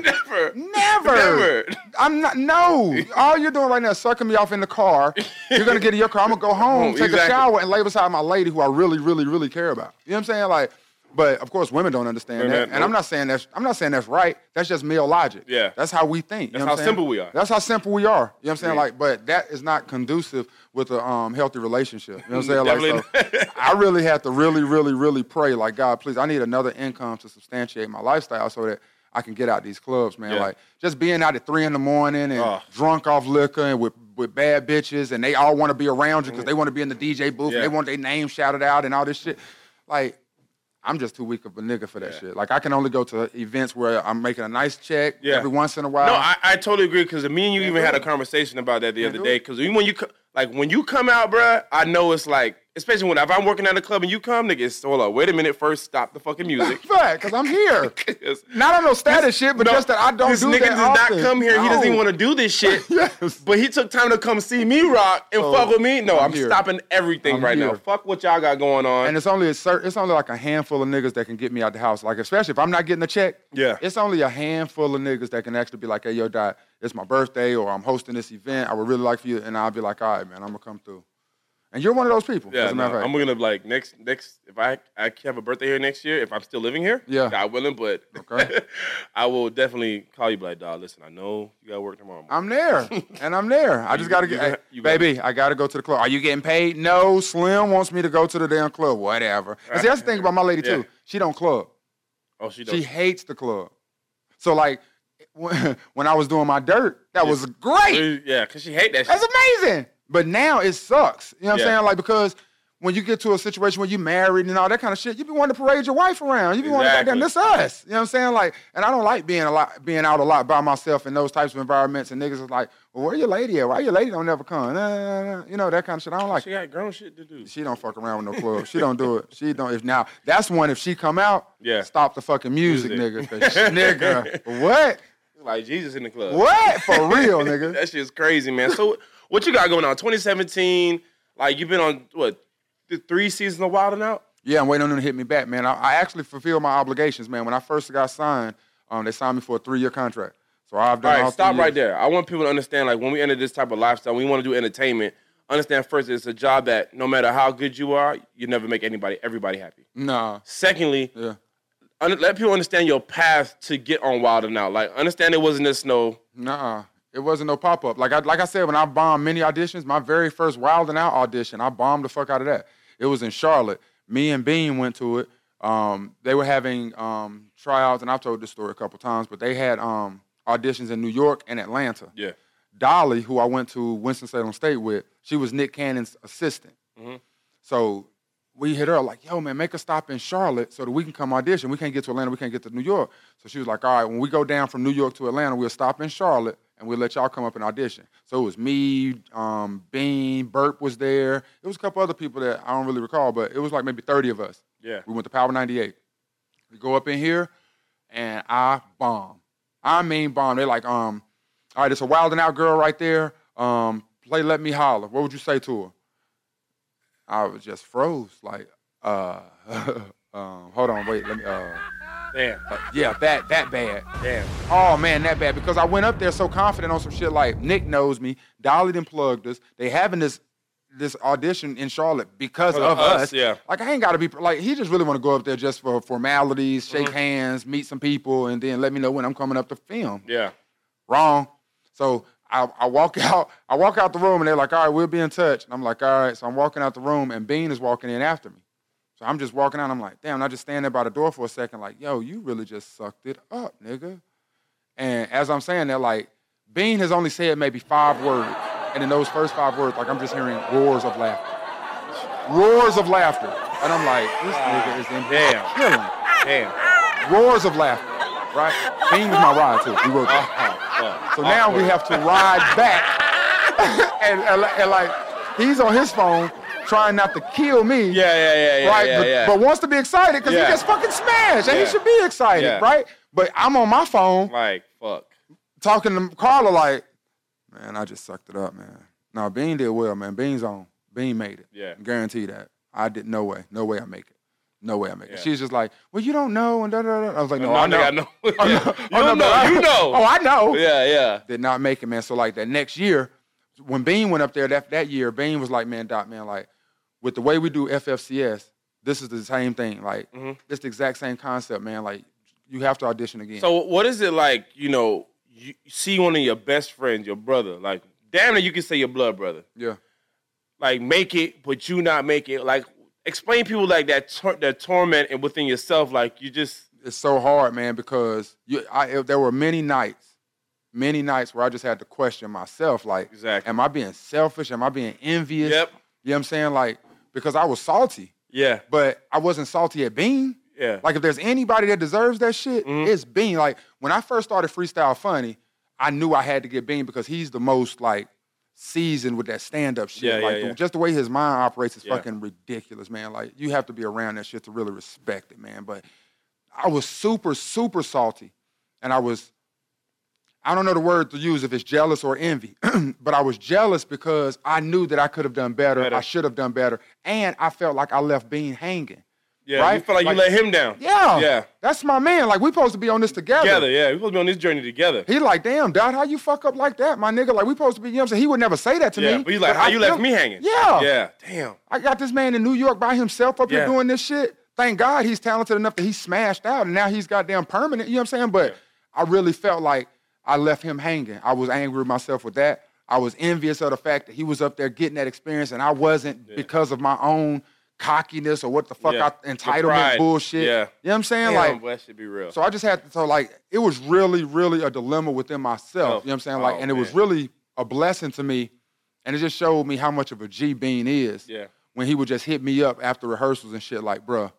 never,
Never. Never. I'm not. No. All you're doing right now is sucking me off in the car. You're gonna get in your car. I'm gonna go home, take a
Exactly.
shower, and lay beside my lady who I really, really, really care about. You know what I'm saying? Like, but of course, women don't understand
Women
that,
don't.
and I'm not saying that's. I'm not saying that's right. That's just male logic.
Yeah.
That's how we think.
That's
You know what
how
I'm saying?
simple we are.
That's how simple we are. You know what I'm saying?
Yeah.
Like, but that is not conducive with a um, healthy relationship. You know what I'm saying? Like,
Definitely
so, I really have to really, really, really pray. Like, God, please, I need another income to substantiate my lifestyle so that I can get out these clubs, man.
Yeah. Ah.
Like, just being out at three in the morning and
Ugh.
drunk off liquor and with, with bad bitches, and they all want to be around you because they want to be in the DJ booth
Mm. Yeah.
and they want their name shouted out and all this shit. Like, I'm just too weak of a nigga for that shit. Like, I can only go to events where I'm making a nice check
Yeah.
every once in a while.
No, I, I totally agree. Cause me and you even
do
had a
it.
conversation about that the other
do
day.
it.
Cause when you co- like when you come out, bruh, I know it's like Especially when if I'm working at a club and you come, nigga, it's, hold up, wait a minute, first stop the fucking music.
Fact, because I'm here.
'Cause
Not on no status shit, but
no,
just that I don't
this
do
nigga
that
does
often.
not come here. He doesn't even
No.
want to do this shit.
Yes.
But he took time to come see me rock and
So,
fuck with me. No, I'm,
I'm here.
stopping everything
I'm
right now.
here.
Fuck what y'all got going on.
And it's only a cer- it's only like a handful of niggas that can get me out the house. Like especially if I'm not getting a check.
Yeah.
It's only a handful of niggas that can actually be like, hey yo, dot, it's my birthday or I'm hosting this event. I would really like for you, and I'll be like, all right, man, I'm gonna come through. And you're one of those people.
yeah,
as a
no,
matter of fact.
I'm gonna like next next if I I have a birthday here next year if I'm still living here.
Yeah.
God willing, but
Okay.
I will definitely call you. Be like, dog, listen, I know you got to work tomorrow. morning.
I'm there, and I'm there. I just gotta
you
get,
gotta-
hey,
you gotta-
baby. I gotta go to the club. Are you getting paid? No. Slim wants me to go to the damn club. Whatever. And see, that's the thing about my lady
Yeah.
too. She don't club.
oh, she
She
does.
hates the club. So like, when when I was doing my dirt, that was great.
yeah, cause she hate that shit.
That's amazing. But now it sucks. You know what
Yeah.
I'm saying? Like because when you get to a situation where you married and all that kind of shit, you be wanting to parade your wife around. You be wanting to goddamn this
Exactly.
us. You know what I'm saying? Like, and I don't like being a lot being out a lot by myself in those types of environments. And niggas is like, well, where your lady at? Why your lady don't never come? Nah, nah, nah, nah. You know, that kind of shit. I don't like
She
it.
got grown shit to do.
She don't fuck around with no club. She don't do it. She don't if now that's one if she come out,
Yeah.
stop the fucking music,
Music.
nigga. 'Cause nigga. What?
Like Jesus in the club.
What? For real, nigga.
that shit's crazy, man. So what you got going on? 2017, like you've been on what th- three seasons of Wild and Out?
Yeah, I'm waiting on them to hit me back, man. I, I actually fulfilled my obligations, man. When I first got signed, um, they signed me for a three year contract. So I've
All
done.
right,
all
stop
three
right
years.
there. I want people to understand, like when we enter this type of lifestyle, we want to do entertainment. Understand first, it's a job that no matter how good you are, you never make anybody, everybody happy.
Nah,
Secondly,
yeah,
un- let people understand your path to get on Wild and Out. Like understand it wasn't just no.
nah. It wasn't no pop up. Like I, like I said, when I bombed many auditions, my very first Wild and Out audition, I bombed the fuck out of that. It was in Charlotte. Me and Bean went to it. Um, they were having um, tryouts, and I've told this story a couple times, but they had um, auditions in New York and Atlanta.
Yeah.
Dolly, who I went to Winston-Salem State with, she was Nick Cannon's assistant. So we hit her up like, yo, man, make a stop in Charlotte so that we can come audition. We can't get to Atlanta, we can't get to New York. So she was like, all right, when we go down from New York to Atlanta, we'll stop in Charlotte and we'll let y'all come up and audition. So it was me, um, Bean, Burp was there. It was a couple other people that I don't really recall, but it was like maybe 30 of us.
Yeah.
We went to Power 98. We go up in here, and I bomb. I mean bomb. They're like, um, all right, it's a wild and out girl right there. Um, play Let Me Holler. What would you say to her? I was just froze, like, uh, um, hold on, wait, let me, uh,
Damn.
uh, yeah, that, that bad.
Damn.
Oh man, that bad because I went up there so confident on some shit like Nick knows me, Dolly done plugged us. They having this this audition in Charlotte because
Because of
of us.
us, yeah.
Like I ain't gotta be like he just really wanna go up there just for formalities, shake hands, meet some people, and then let me know when I'm coming up to film.
Yeah.
Wrong. So I, I walk out, I walk out the room and they're like, all right, we'll be in touch. And I'm like, all right. So I'm walking out the room and Bean is walking in after me. So I'm just walking out. I'm like, damn, and I just stand there by the door for a second, like, yo, you really just sucked it up, nigga. And as I'm saying that, like, Bean has only said maybe five words. And in those first five words, like, I'm just hearing roars of laughter. Roars of laughter. And I'm like, this nigga is in here
Damn.
killing.
Damn.
Roars of laughter, right? Bean was my ride, too.
Uh-huh.
We rode that. So now we have to ride back. and, and, li- and, like, he's on his phone trying not to kill me.
Yeah, yeah, yeah, yeah,
right?
yeah,
but,
yeah.
but wants to be excited because
Yeah.
he gets fucking smashed and
Yeah.
he should be excited,
Yeah.
right? But I'm on my phone
like fuck.
talking to Carla like, man, I just sucked it up, man. No, Bean did well, man. Bean's on. Bean made it.
Yeah.
Guarantee that. I did no way. No way I make it. No way I make
Yeah.
it. She's just like, well, you don't know, and da da da. I was like, Oh, no,
No,
I know.
nigga, I know.
I
You
know. I
don't
but
know.
I-
You know.
Oh, I know.
Yeah, yeah.
Did not make it, man. So like that next year, when Bean went up there that that year, Bean was like, man, Doc, man, like with the way we do FFCS, this is the same thing. Like
Mm-hmm.
it's the exact same concept, man. Like you have to audition again.
So what is it like? You know, you see one of your best friends, your brother, like damn it, you can say your blood brother,
yeah.
like make it, but you not make it. Like explain people like that tor- that torment and within yourself, like you just
it's so hard, man, because you, I, it- there were many nights, many nights where I just had to question myself, like,
Exactly.
am I being selfish? Am I being envious?
Yep.
You know what I'm saying? Like, because I was salty,
yeah,
but I wasn't salty at Bean.
yeah,
Like, if there's anybody that deserves that shit,
Mm-hmm.
it's Bean. Like, when I first started Freestyle Funny, I knew I had to get Bean because he's the most, like, seasoned with that stand up shit.
Yeah, yeah,
like
yeah.
The, just the way his mind operates is
Yeah.
fucking ridiculous, man. Like you have to be around that shit to really respect it, man. But I was super, super salty. And I was, I don't know the word to use if it's jealous or envy, but I was jealous because I knew that I could have done better,
Better.
I should have done better. And I felt like I left Bean hanging.
Yeah, you
Right?
feel like,
Like-
you let him down.
Yeah.
Yeah.
That's my man. Like we supposed to be on this together.
Together, yeah. We're supposed to be on this journey together.
He like, damn, Dot, how you fuck up like that, my nigga? Like, we supposed to be, you know what I'm saying? He would never say that to
Yeah,
me.
but you like,
but
how
I
you left
feel-
me hanging?
Yeah.
Yeah. Damn.
I got this man in New York by himself up
Yeah.
here doing this shit. Thank God he's talented enough that he smashed out and now he's goddamn permanent. You know what I'm saying? But I really felt like I left him hanging. I was angry with myself with that. I was envious of the fact that he was up there getting that experience and I wasn't because of my own cockiness or what the fuck
Yeah.
I,
The
entitlement
pride.
bullshit.
Yeah.
You know what I'm saying?
Damn,
like,
boy, that should be real.
so I just had to, so like, it was really, really a dilemma within myself.
Oh,
You know what I'm saying? Like,
oh,
and it was
man.
really a blessing to me. And it just showed me how much of a G Bean is.
Yeah.
When he would just hit me up after rehearsals and shit, like, bruh,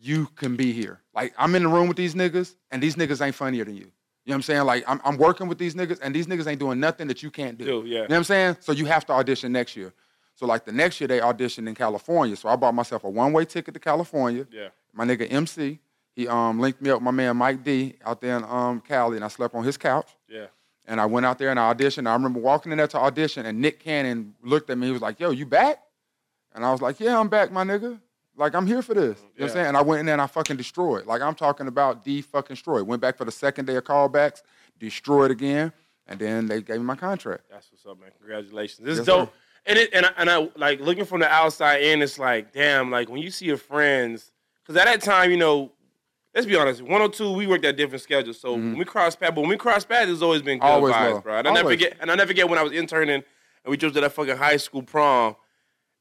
you can be here. Like, I'm in the room with these niggas, and these niggas ain't funnier than you. You know what I'm saying? Like, I'm, I'm working with these niggas, and these niggas ain't doing nothing that you can't do.
Do, yeah.
You know what I'm saying? So you have to audition next year. So, like, the next year they auditioned in California. So I bought myself a one way ticket to California
yeah.
my nigga MC. He um linked me up with my man Mike D out there in um Cali, and I slept on his couch.
Yeah.
And I went out there and I auditioned. I remember walking in there to audition, and Nick Cannon looked at me. He was like, "Yo, you back?" And I was like, "Yeah, I'm back, my nigga. Like I'm here for this." You know what
Yeah.
I'm saying? And I went in there and I fucking destroyed. Like I'm talking about the fucking destroyed. Went back for the second day of callbacks, destroyed again, and then they gave me my contract.
That's what's up, man. Congratulations. This is
Yes,
dope.
sir.
And it and I, and I like looking from the outside in, it's like, damn, like when you see your friends, because at that time, you know, let's be honest, 102, we worked at different schedules. So when we crossed paths, but when we crossed paths, it's always been good
Mm-hmm. Always
vibes,
love.
bro. And I never
Always.
forget, and I never forget when I was interning and we drove to that fucking high school prom,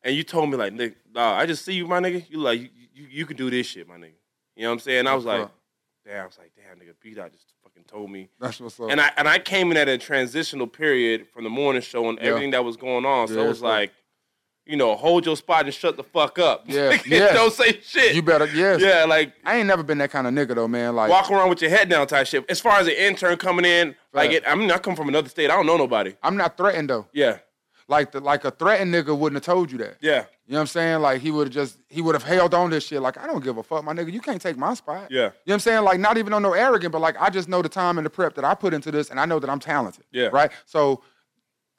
and you told me like, Nick, dawg, I just see you, my nigga. You like, you, you, you can do this shit, my nigga. You know what I'm saying? I was
That's
like,
right.
damn, I was like, damn, nigga, P Dot just fucking told me.
That's what's up.
And I and I came in at a transitional period from the morning show and
Yeah.
everything that was going on. So
Yeah,
it was
that's right.
like, you know, hold your spot and shut the fuck up.
Yeah,
Nigga,
yes.
Don't say shit.
you better yes.
Yeah, like
I ain't never been that kind of nigga though, man. Like
walk around with your head down type shit. As far as an intern coming in, like it, I mean, I come from another state. I don't know nobody.
I'm not threatened though.
Yeah,
Like the like a threatened nigga wouldn't have told you that.
yeah,
You know what I'm saying? Like he would have just he would have held on this shit. Like I don't give a fuck, my nigga. You can't take my spot.
Yeah.
You know what I'm saying? Like not even on no arrogant, but like I just know the time and the prep that I put into this, and I know that I'm talented.
Yeah.
Right. So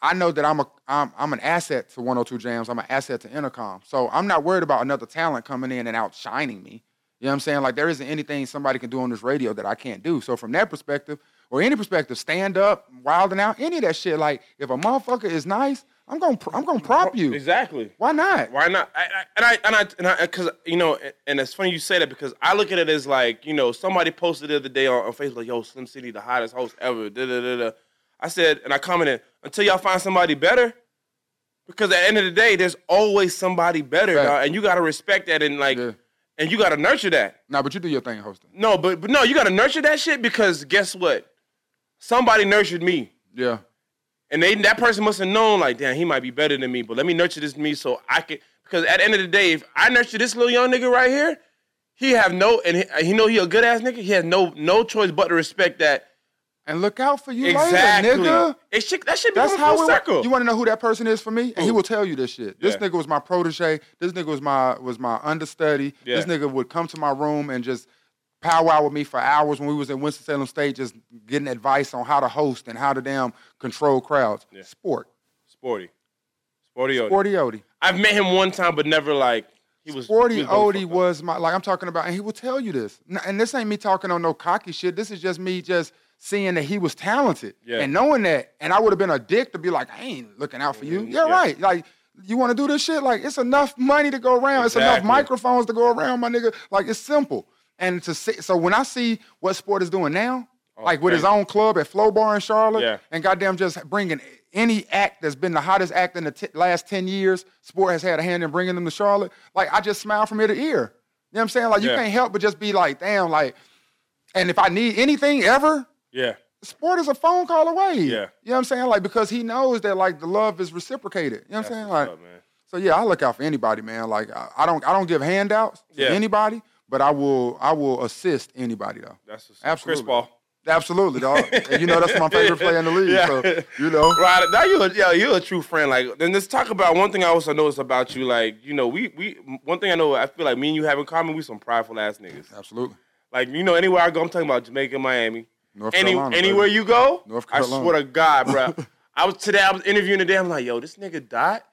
I know that I'm a I'm I'm an asset to 102 Jams. I'm an asset to Intercom. So I'm not worried about another talent coming in and outshining me. You know what I'm saying? Like there isn't anything somebody can do on this radio that I can't do. So from that perspective, or any perspective, stand up, wilding out, any of that shit. Like if a motherfucker is nice, I'm gonna pr- I'm gonna prop you.
exactly.
Why not?
Why not? I, I, and I and I and I because you know, and, and it's funny you say that because I look at it as like you know somebody posted the other day on, on Facebook, like, yo, Slim City, the hottest host ever. Da, da, da, da. I said, and I commented, until y'all find somebody better, because at the end of the day, there's always somebody better,
Right.
dawg, and you gotta respect that and like,
Yeah.
and you gotta nurture that.
Nah, but you do your thing hosting.
No, but but no, you gotta nurture that shit because guess what? Somebody nurtured me.
Yeah.
And they that person must have known, like, damn, he might be better than me, but let me nurture this me so I can. Because at the end of the day, if I nurture this little young nigga right here, he have no, and he, he know he a good ass nigga. He has no no choice but to respect that.
And look out for you
Exactly.
later, nigga.
It should, that should be
That's how
full
it
circle.
You want to know who that person is for me? And he will tell you this shit. This
Yeah.
nigga was my protege. This nigga was my was my understudy. This
Yeah.
nigga would come to my room and just powwow with me for hours when we was in Winston Salem State, just getting advice on how to host and how to damn control crowds. Sport,
Sporty, Sporty Odie.
Sporty Odie.
I've met him one time, but never like he was. he
Sporty
was gonna
Odie
fuck up.
was my like I'm talking about, and he will tell you this. N- And this ain't me talking on no cocky shit. This is just me just seeing that he was talented
Yeah.
and knowing that. And I would have been a dick to be like, I ain't looking out for you.
Mhm,
You're
yeah.
right. Like you want to do this shit? Like it's enough money to go around. It's enough
Exactly.
microphones to go around, my nigga. Like it's simple. And to see, so when I see what sport is doing now, like with his
crazy.
own club at Flow Bar in Charlotte,
Oh, Yeah.
and goddamn just bringing any act that's been the hottest act in the t- last 10 years, sport has had a hand in bringing them to Charlotte. Like, I just smile from ear to ear. You know what I'm saying? Like, you
Yeah.
can't help but just be like, damn, like, and if I need anything ever,
Yeah,
sport is a phone call away.
Yeah.
You know what I'm saying? Like, because he knows that, like, the love is reciprocated. You know what I'm
that's
saying?
what's
Like,
up, man.
so yeah, I look out for anybody, man. Like, I, I don't, I don't give handouts to
Yeah.
anybody, but I will, I will assist anybody though.
That's what's up. Chris
Absolutely.
Paul.
Absolutely, dog. and you know that's my favorite player in the league.
Yeah.
So you know,
Right now, you a, yeah, you a true friend. Like, and let's talk about one thing I also noticed about you. Like, you know, we we one thing I know I feel like me and you have in common. We some prideful ass niggas.
absolutely.
Like, you know, anywhere I go, I'm talking about Jamaica, Miami.
North
Any,
Carolina, baby.
anywhere you go,
North
I
Carolina.
swear to God, bro. I was today. I was interviewing today. I'm like, yo, this nigga Dot,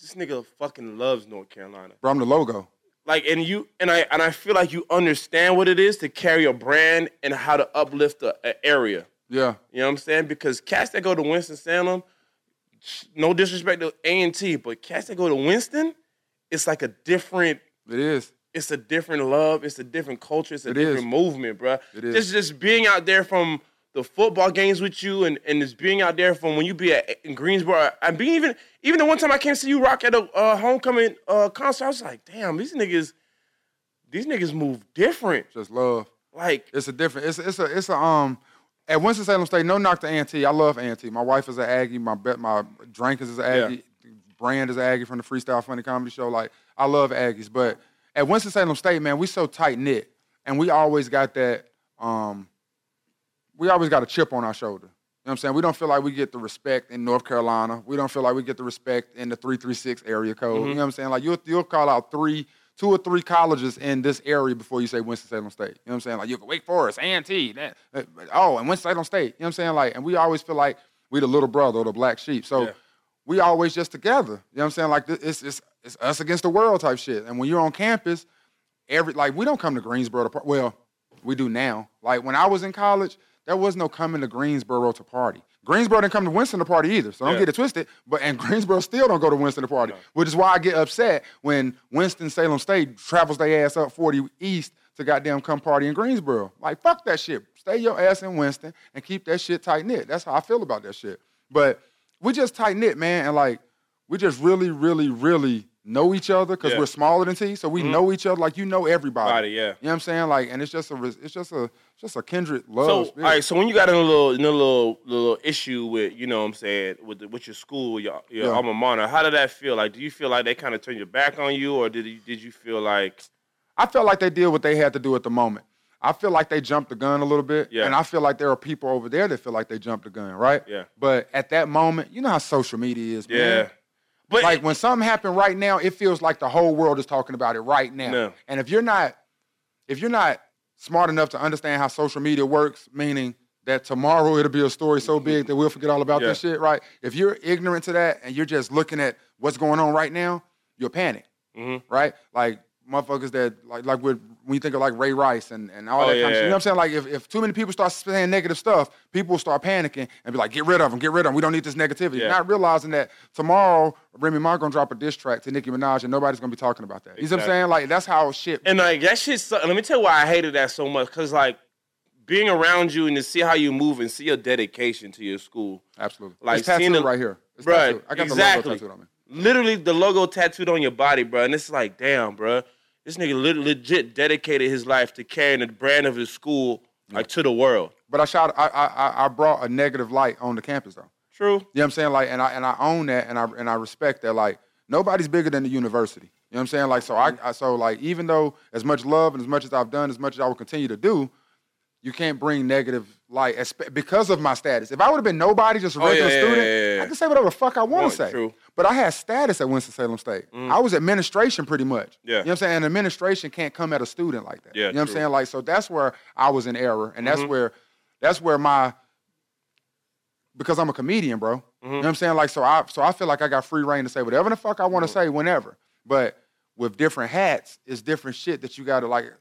this nigga fucking loves North Carolina.
Bro, I'm the logo.
Like, and you and I and I feel like you understand what it is to carry a brand and how to uplift a, a area.
Yeah,
You know what I'm saying? Because cats that go to Winston Salem, no disrespect to A and T, but cats that go to Winston, it's like a different.
it is.
It's a different love. It's a different culture. It's a
It
different
is.
movement, bruh.
It is.
Just just being out there from the football games with you, and and just being out there from when you be at, in Greensboro. I mean, even even the one time I came to see you rock at a uh, homecoming uh, concert, I was like, damn, these niggas, these niggas move different.
Just love.
Like
It's a different. It's it's a it's a um. At Winston Salem State, no knock to Auntie. I love Auntie. My wife is an Aggie. My bet my drink is an Aggie. Brand is an Aggie from the Freestyle Funny Comedy Show. Like I love Aggies, but at Winston Salem State, man, we so tight knit, and we always got that. Um, we always got a chip on our shoulder. You know what I'm saying? We don't feel like we get the respect in North Carolina. We don't feel like we get the respect in the 336 area code. You know what I'm saying? Like you'll you'll call out three, two or three colleges in this area before you say Winston Salem State. You know what I'm saying? Like you can Wake Forest, A&T, that, that- oh, and Winston Salem State. You know what I'm saying? Like, and we always feel like we the little brother or the black sheep. So
Yeah.
we always just together. You know what I'm saying? Like th- it's it's it's us against the world type shit. And when you're on campus, every like we don't come to Greensboro to par- well, we do now. Like when I was in college, there was no coming to Greensboro to party. Greensboro didn't come to Winston to party either, so don't
Yeah.
get it twisted. But and Greensboro still don't go to Winston to party, which is why I get upset when Winston Salem State travels their ass up 40 east to goddamn come party in Greensboro. Like fuck that shit. Stay your ass in Winston and keep that shit tight knit. That's how I feel about that shit. But we just tight knit, man, and like we just really, really, really know each other because
Yeah. Mm-hmm.
we're smaller than T, so we know each other like you know everybody.
Body, yeah.
You know what I'm saying? Like, and it's just a, res- it's just a, just a kindred love.
So, all
spirit.
right. So when you got in a little, in a little, little issue with, you know, what I'm saying, with the, with your school, your, your
Yeah.
alma mater, how did that feel? Like, do you feel like they kind of turned your back on you, or did you, did you feel like,
I felt like they did what they had to do at the moment. I feel like they jumped the gun a little bit,
Yeah.
and I feel like there are people over there that feel like they jumped the gun, right?
Yeah.
But at that moment, you know how social media is, man.
yeah, but
like when something happened right now, it feels like the whole world is talking about it right now.
No.
And if you're not, if you're not smart enough to understand how social media works, meaning that tomorrow it'll be a story so big that we'll forget all about
Yeah.
this shit, right? If you're ignorant to that and you're just looking at what's going on right now, you'll panic,
Mhm.
right? Like motherfuckers that like like with, when you think of like Ray Rice and, and
Oh,
all that kind of
yeah,
shit. You
yeah.
know what I'm saying? Like if, if too many people start saying negative stuff, people will start panicking and be like, get rid of them, get rid of them. We don't need this negativity.
Yeah.
Not not realizing that tomorrow Remy Ma gonna drop a diss track to Nicki Minaj and nobody's gonna be talking about that. You see what I'm
Exactly.
saying? Like that's how shit.
and like that shit. Suck. Let me tell you why I hated that so much. Cause like being around you and to see how you move and see your dedication to your school,
Absolutely.
Like,
Like it's tattooed
seeing the-
right here. It's
Bruh,
tattooed. I got the
exactly.
logo tattooed on me.
literally the logo tattooed on your body, bro. And it's like, damn, bro, this nigga lit- legit dedicated his life to carrying the brand of his school like to the world.
But I shot. I, I I- I brought a negative light on the campus though.
True.
You know what I'm saying? Like, and I and I own that, and I and I respect that. Like, nobody's bigger than the university. You know what I'm saying? Like, so I, I so like even though as much love and as much as I've done, as much as I will continue to do, you can't bring negative light espe- because of my status. If I would have been nobody, just a
Oh, yeah,
regular
yeah,
student,
yeah, yeah, yeah.
I could say whatever the fuck I want
Want-
to say.
true. Mm.
But I had status at Winston Salem State. I was administration pretty much.
Yeah.
You know what I'm saying? And administration can't come at a student like that.
Yeah,
you know what
true. Mm-hmm.
I'm saying? Like, so that's where I was in error, and that's where that's where my because I'm a comedian, bro. You
Mm-hmm.
know what I'm saying? Like, so I so I feel like I got free reign to say whatever the fuck I want to say whenever. But with different hats, it's different shit that you gotta like.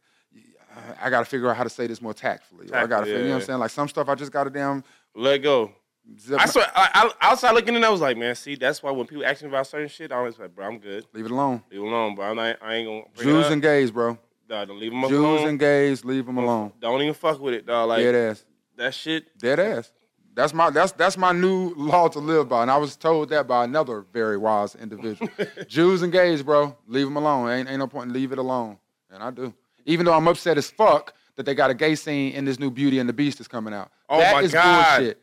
I gotta figure out how to say this more tactfully. or I gotta,
Tactfully,
figure, you
yeah,
know what I'm
yeah.
saying? Like some stuff I just gotta damn.
Let go.
Zip
I
my-
swear, I, I, outside looking in, I was like, man, see, that's why when people ask me about certain shit, I always like, bro, I'm good.
leave it alone.
Leave it alone, bro. I'm not, I ain't gonna bring it
Jews
up.
and gays, bro.
Nah, don't leave them
Jews
alone.
and gays, leave them alone.
don't even fuck with it, dog. Like
Dead ass.
that shit.
Dead ass. That's my that's that's my new law to live by, and I was told that by another very wise individual. Jews and gays, bro, leave them alone. Ain't ain't no point. in Leave it alone, and I do. Even though I'm upset as fuck that they got a gay scene in this new Beauty and the Beast that's coming out.
Oh
That
my
is
God.
bullshit.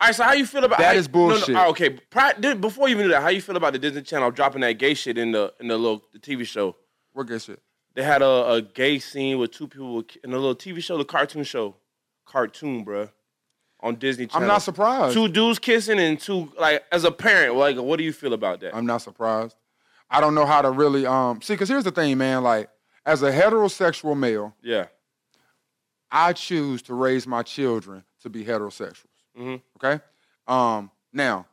All right, so how you feel about
That
how-
is
no, no,
bullshit.
all right, okay, pri- dude, before you even do that, how you feel about the Disney Channel dropping that gay shit in the in the little the TV show?
What gay shit?
They had a, a gay scene with two people with- in a little TV show, the cartoon show. cartoon, bruh, on Disney Channel.
I'm not surprised.
Two dudes kissing and two like as a parent, like what do you feel about that?
I'm not surprised. I don't know how to really um see because here's the thing, man. Like as a heterosexual male,
yeah.
I choose to raise my children to be heterosexuals.
Mhm.
Okay. Um, now,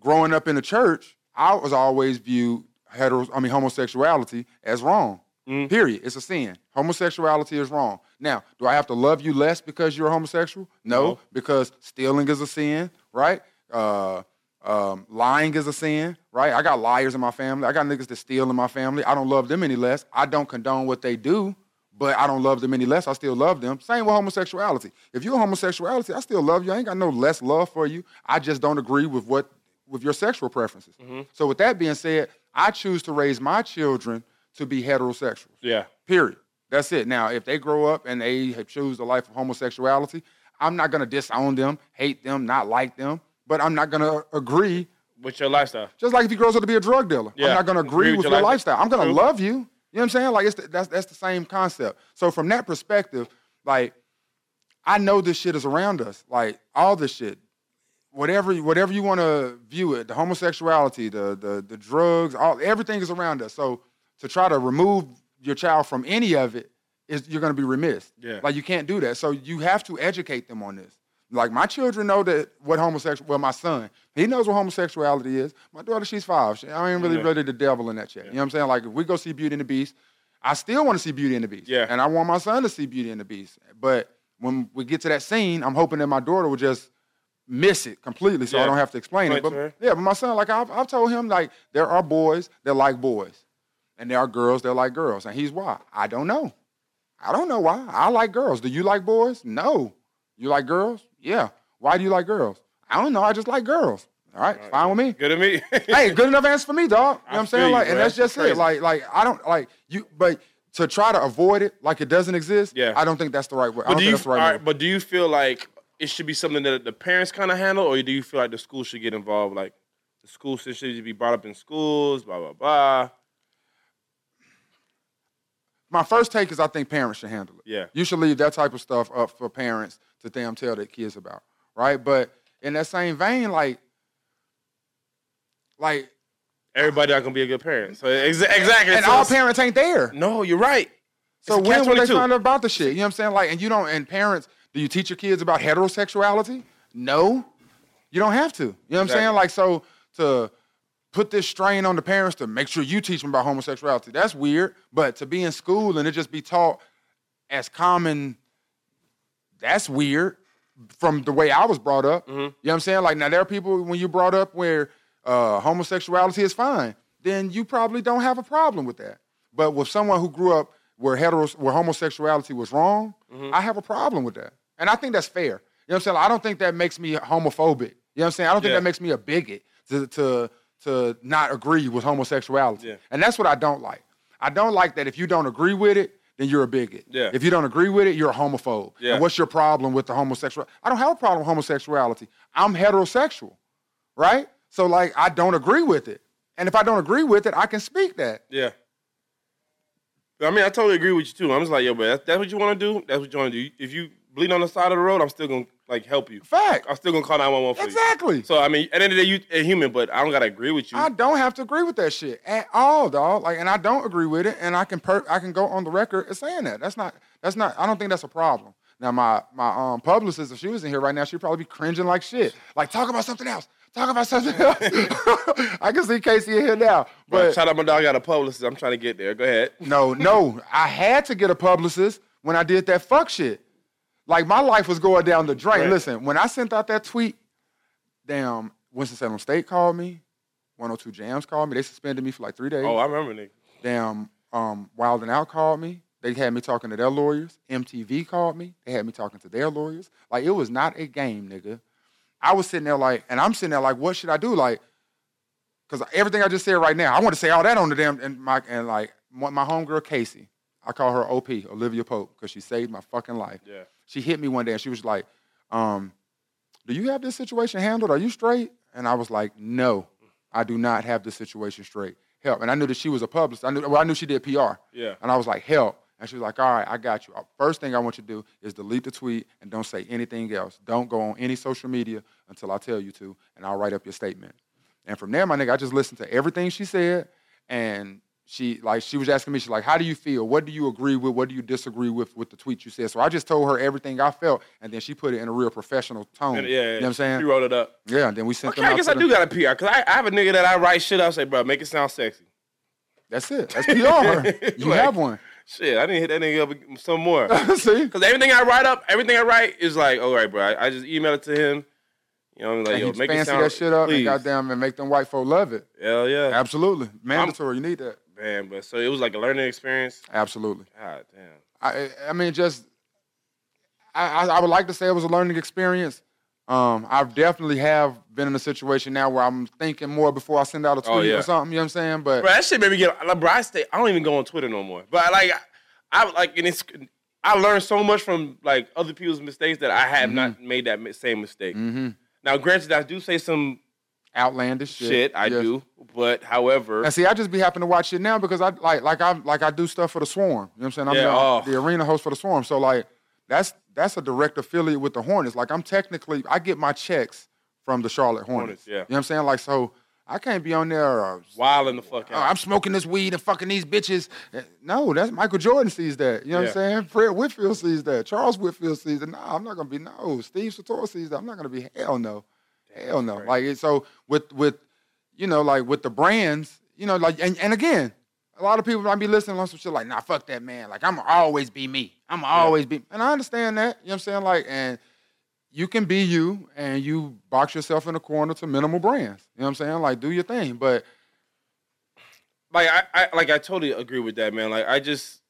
growing up in the church, I was always viewed heteros. I mean, homosexuality as wrong.
Mhm.
Period. It's a sin. Homosexuality is wrong. Now, do I have to love you less because you're homosexual? No,
No.
because stealing is a sin, right? Uh, um, lying is a sin, right? I got liars in my family. I got niggas that steal in my family. I don't love them any less. I don't condone what they do, but I don't love them any less. I still love them. Same with homosexuality. If you're homosexuality, I still love you. I ain't got no less love for you. I just don't agree with what with your sexual preferences. So with that being said, I choose to raise my children to be heterosexual.
Yeah.
Period. That's it. Now, if they grow up and they have choose the life of homosexuality, I'm not gonna disown them, hate them, not like them, but I'm not gonna agree.
With your lifestyle.
Just like if he grows up to be a drug dealer,
Yeah.
I'm not gonna agree, with your, lifestyle. I'm gonna
True.
love you. You know what I'm saying? Like it's the, that's that's the same concept. So from that perspective, like I know this shit is around us. Like all this shit, whatever whatever you want to view it, the homosexuality, the the the drugs, all everything is around us. So to try to remove your child from any of it is you're going to be remiss.
Yeah.
Like you can't do that. So you have to educate them on this. Like my children know that what homosexual. Well, my son, he knows what homosexuality is. My daughter, she's five. She, I ain't really
Yeah.
really the devil in that shit. You know what I'm saying? Like if we go see Beauty and the Beast, I still want to see Beauty and the Beast.
Yeah.
And I want my son to see Beauty and the Beast. But when we get to that scene, I'm hoping that my daughter will just miss it completely so
Yeah.
I don't have to explain it.
Right,
But
sir.
yeah, but my son, like I've, I've told him, like there are boys that like boys, and there are girls that like girls, and he's why I don't know. I don't know why. I like girls. Do you like boys? No. You like girls? Yeah. Why do you like girls? I don't know. I just like girls. All right, fine with me
Good to me.
hey, good enough answer for me, dog. You know
I
what I'm
feel
saying?
you,
Like,
bruh.
and that's just
Crazy.
it. Like, like I don't like you, but to try to avoid it, like it doesn't exist.
Yeah.
I don't think that's the right way. I
but
don't
do
think
you
that's the right
all
way.
right, but do you feel like it should be something that the parents kind of handle, or do you feel like the school should get involved? Like the school should should be brought up in schools, blah blah blah.
My first take is I think parents should handle it.
Yeah.
You should leave that type of stuff up for parents to damn tell their kids about, right? But in that same vein, like, like,
Everybody not gonna be a good parent. So exa- exactly.
and
So
all
it's-
parents ain't there.
No, you're right.
So
It's a
when will they
catch-22.
find out about the shit? You know what I'm saying? Like, and you don't, and parents, do you teach your kids about heterosexuality? No. You don't have to. You know what I'm
Exactly.
saying? Like, so to put this strain on the parents to make sure you teach them about homosexuality, that's weird. But to be in school and it just be taught as common, that's weird from the way I was brought up.
Mm-hmm.
You know what I'm saying? Like, now there are people when you brought up where uh, homosexuality is fine, then you probably don't have a problem with that. But with someone who grew up where heteros, where homosexuality was wrong,
Mm-hmm.
I have a problem with that. And I think that's fair. You know what I'm saying? I don't think that makes me homophobic. You know what I'm saying? I don't think
Yeah.
that makes me a bigot to, to, to not agree with homosexuality.
Yeah.
And that's what I don't like. I don't like that if you don't agree with it, then you're a bigot.
Yeah.
If you don't agree with it, you're a homophobe.
Yeah.
And what's your problem with the homosexual? I don't have a problem with homosexuality. I'm heterosexual, right? So like I don't agree with it. And if I don't agree with it, I can speak that.
Yeah. I mean, I totally agree with you too. I'm just like, yo, but that's, that's what you want to do. That's what you want to do. If you bleed on the side of the road, I'm still gonna like help you.
Fact.
I'm still gonna call 911 for you.
Exactly.
So I mean, at the end of the day, you a human, but I don't gotta agree with you.
I don't have to agree with that shit at all, dog. Like, and I don't agree with it, and I can per- I can go on the record as saying that. That's not that's not. I don't think that's a problem. Now, my my um publicist, if she was in here right now, she'd probably be cringing like shit. Like, talk about something else. Talk about something else. I can see Casey in here now,
but
but
shout out my dog, got a publicist. I'm trying to get there. Go ahead.
no, no, I had to get a publicist when I did that fuck shit. Like my life was going down the drain.
Right.
Listen, when I sent out that tweet, damn, Winston Salem State called me, 102 Jams called me. They suspended me for like three days.
Oh, I
Mm.
remember, nigga.
Damn, um, Wild and Out called me. They had me talking to their lawyers. MTV called me. They had me talking to their lawyers. Like it was not a game, nigga. I was sitting there like, and I'm sitting there like, what should I do? Like, cause everything I just said right now, I want to say all that on the damn and my and like my, my homegirl Casey. I call her OP, Olivia Pope, because she saved my fucking life.
Yeah.
She hit me one day and she was like, um, do you have this situation handled? Are you straight? And I was like, no, I do not have this situation straight. Help. And I knew that she was a publicist. I knew, well, I knew she did PR.
Yeah.
And I was like, help. And she was like, all right, I got you. Uh, First thing I want you to do is delete the tweet and don't say anything else. Don't go on any social media until I tell you to, and I'll write up your statement. And from there, my nigga, I just listened to everything she said, and she like she was asking me, she's like, how do you feel? What do you agree with? What do you disagree with with the tweet you said? So I just told her everything I felt, and then she put it in a real professional tone.
And,
you
yeah,
know what I'm saying?
She wrote it up.
yeah, and then we sent
Okay,
them out
I guess
to
I
the-
do got a PR because I, I have a nigga that I write shit. I say, bro, make it sound sexy.
That's it. That's PR. you
Like-
have one.
Shit, I didn't hit that nigga up some more.
See?
Because everything I write up, everything I write is like, all right, bro. I, I just email it to him. You know, I'm like,
And
yo,
you
make it
fancy
sound
that shit up
please.
and goddamn and make them white folk love it.
Hell yeah,
Absolutely. Mandatory. you need that.
man. But so it was like a learning experience.
Absolutely.
God damn.
I I- I mean just I, I I would like to say it was a learning experience. Um, I definitely have been in a situation now where I'm thinking more before I send out a tweet
Oh, yeah.
or something. You know what I'm saying? But
Bro, that shit made me get. Like, bro, I stay. I don't even go on Twitter no more. But like, I, I like, and it's. I learned so much from like other people's mistakes that I have not made that mi- same mistake.
Mhm.
Now, granted, I do say some
outlandish shit.
shit. I
Yes.
do, but however,
And see, I just be happy to watch it now because I like like I like I do stuff for the Swarm. You know what I'm saying? I'm
Yeah,
the,
oh.
the arena host for the Swarm. So like that's that's a direct affiliate with the Hornets. Like I'm technically I get my checks from the Charlotte Hornets.
Hornets, yeah.
You know what I'm saying? Like so I can't be on there uh, or
wild in the fuck
"Oh,
out.
I'm smoking this weed and fucking these bitches. No, that's Michael Jordan sees that. You know
Yeah.
what I'm saying? Fred Whitfield sees that. Charles Whitfield sees that. Nah, I'm not gonna be no. Steve Sator sees that. I'm not gonna be hell no. hell no. Like it's so with with you know, like with the brands, you know, like and, and again, a lot of people might be listening on some shit like, nah, fuck that man. Like I'ma always be me. I'ma always be and I understand that. You know what I'm saying? Like and you can be you and you box yourself in a corner to minimal brands. You know what I'm saying? Like do your thing. But
like I, I like I totally agree with that, man. Like I just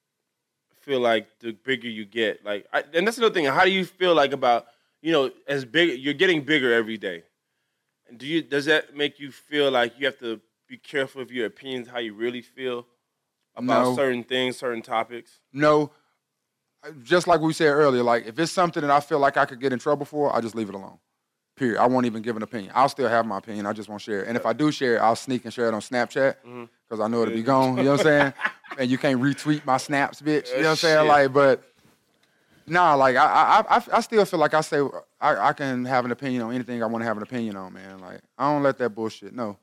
feel like the bigger you get, like, I, and that's another thing. How do you feel like about you know as big? You're getting bigger every day. And do you does that make you feel like you have to be careful of your opinions, how you really feel about
No.
certain things, certain topics?
no, just like we said earlier, like if it's something that I feel like I could get in trouble for, I just leave it alone. Period. I won't even give an opinion. I'll still have my opinion. I just won't share it. And if I do share it, I'll sneak and share it on Snapchat because I know it'll be gone. You know what I'm saying? and you can't retweet my snaps, bitch. You know what I'm saying?
Shit.
Like, but nah, like I, I, I, I still feel like I say I, I can have an opinion on anything I want to have an opinion on, man. Like I don't let that bullshit. No,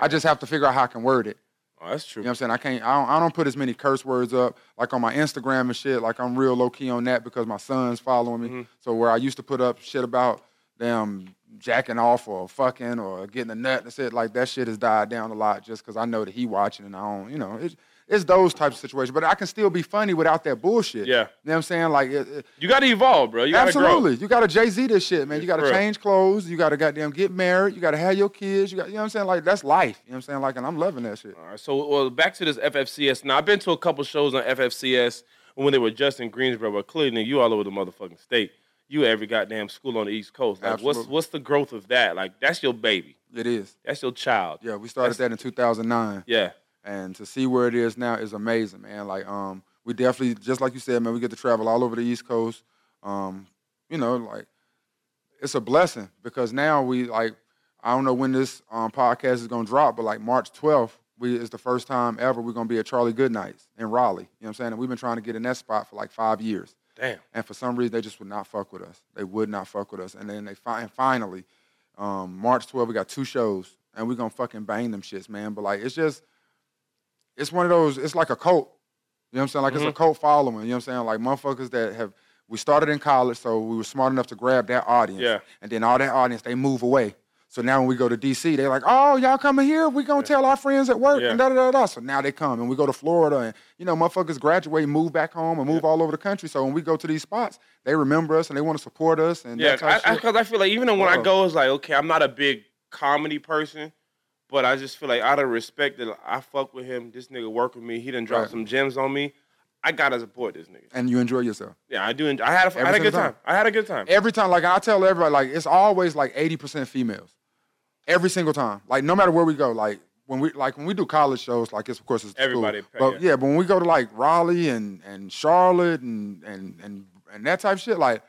I just have to figure out how I can word it.
Oh, that's true.
You know what I'm saying? I can't. I don't, I don't put as many curse words up like on my Instagram and shit. Like I'm real low key on that because my son's following me.
Mm-hmm.
So where I used to put up shit about them jacking off or fucking or getting a nut and shit like that shit has died down a lot just because I know that he watching and I don't. You know, it, it's those types of situations. But I can still be funny without that bullshit.
Yeah.
You know what I'm saying? Like it, it,
You got to evolve, bro. You got to grow.
absolutely, you got to Jay Z this shit, man.
Yeah,
you got
for
to
real.
change clothes. You got to goddamn get married. You got to have your kids. You got. You know what I'm saying? Like that's life. You know what I'm saying? Like and I'm loving that shit.
All right. So, well, back to this FFCS. Now, I've been to a couple shows on FFCS when they were just in Greensboro, but clearly, nigga, you all over the motherfucking state. You every goddamn school on the East Coast. Like, what's
Absolutely.
what's the growth of that? Like, that's your baby.
It is.
That's your child.
Yeah, we started that in 2009,
Yeah.
and to see where it is now is amazing, man. Like, um, we definitely, just like you said, man, we get to travel all over the East Coast. Um, you know, like, it's a blessing because now we like, I don't know when this um, podcast is gonna drop, but like March 12th, we is the first time ever we're gonna be at Charlie Goodnight's in Raleigh. You know what I'm saying? And we've been trying to get in that spot for like five years.
Damn.
And for some reason, they just would not fuck with us. They would not fuck with us. And then they fi- and finally, um, March 12th, we got two shows, and we're gonna fucking bang them shits, man. But like, it's just, it's one of those. It's like a cult. You know what I'm saying? Like
Mm-hmm.
it's a cult following. You know what I'm saying? Like motherfuckers that have. We started in college, so we were smart enough to grab that audience.
Yeah.
And then all that audience, they move away. So now when we go to DC, they're like, "Oh, y'all coming here? We gonna tell our friends at work
Yeah.
and da da da da." So now they come, and we go to Florida, and you know, motherfuckers graduate, move back home, and move all over the country. So when we go to these spots, they remember us and they want to support us. And
Yeah.
that type of shit.
Because I, feel like even when I
Wow.
go, it's like, okay, I'm not a big comedy person, but I just feel like out of respect that I fuck with him, this nigga work with me, he done dropped
Right.
some gems on me. I got to support this nigga.
and you enjoy yourself.
Yeah, I do. en- I had a, I had a
Every
good
single
time.
time.
I had a good time.
Every time, like I tell everybody, like it's always like eighty percent females, every single time. Like no matter where we go, like when we like when we do college shows, like it's of course it's cool.
Everybody,
but
yeah.
yeah. but when we go to like Raleigh and and Charlotte and and and and that type of shit, like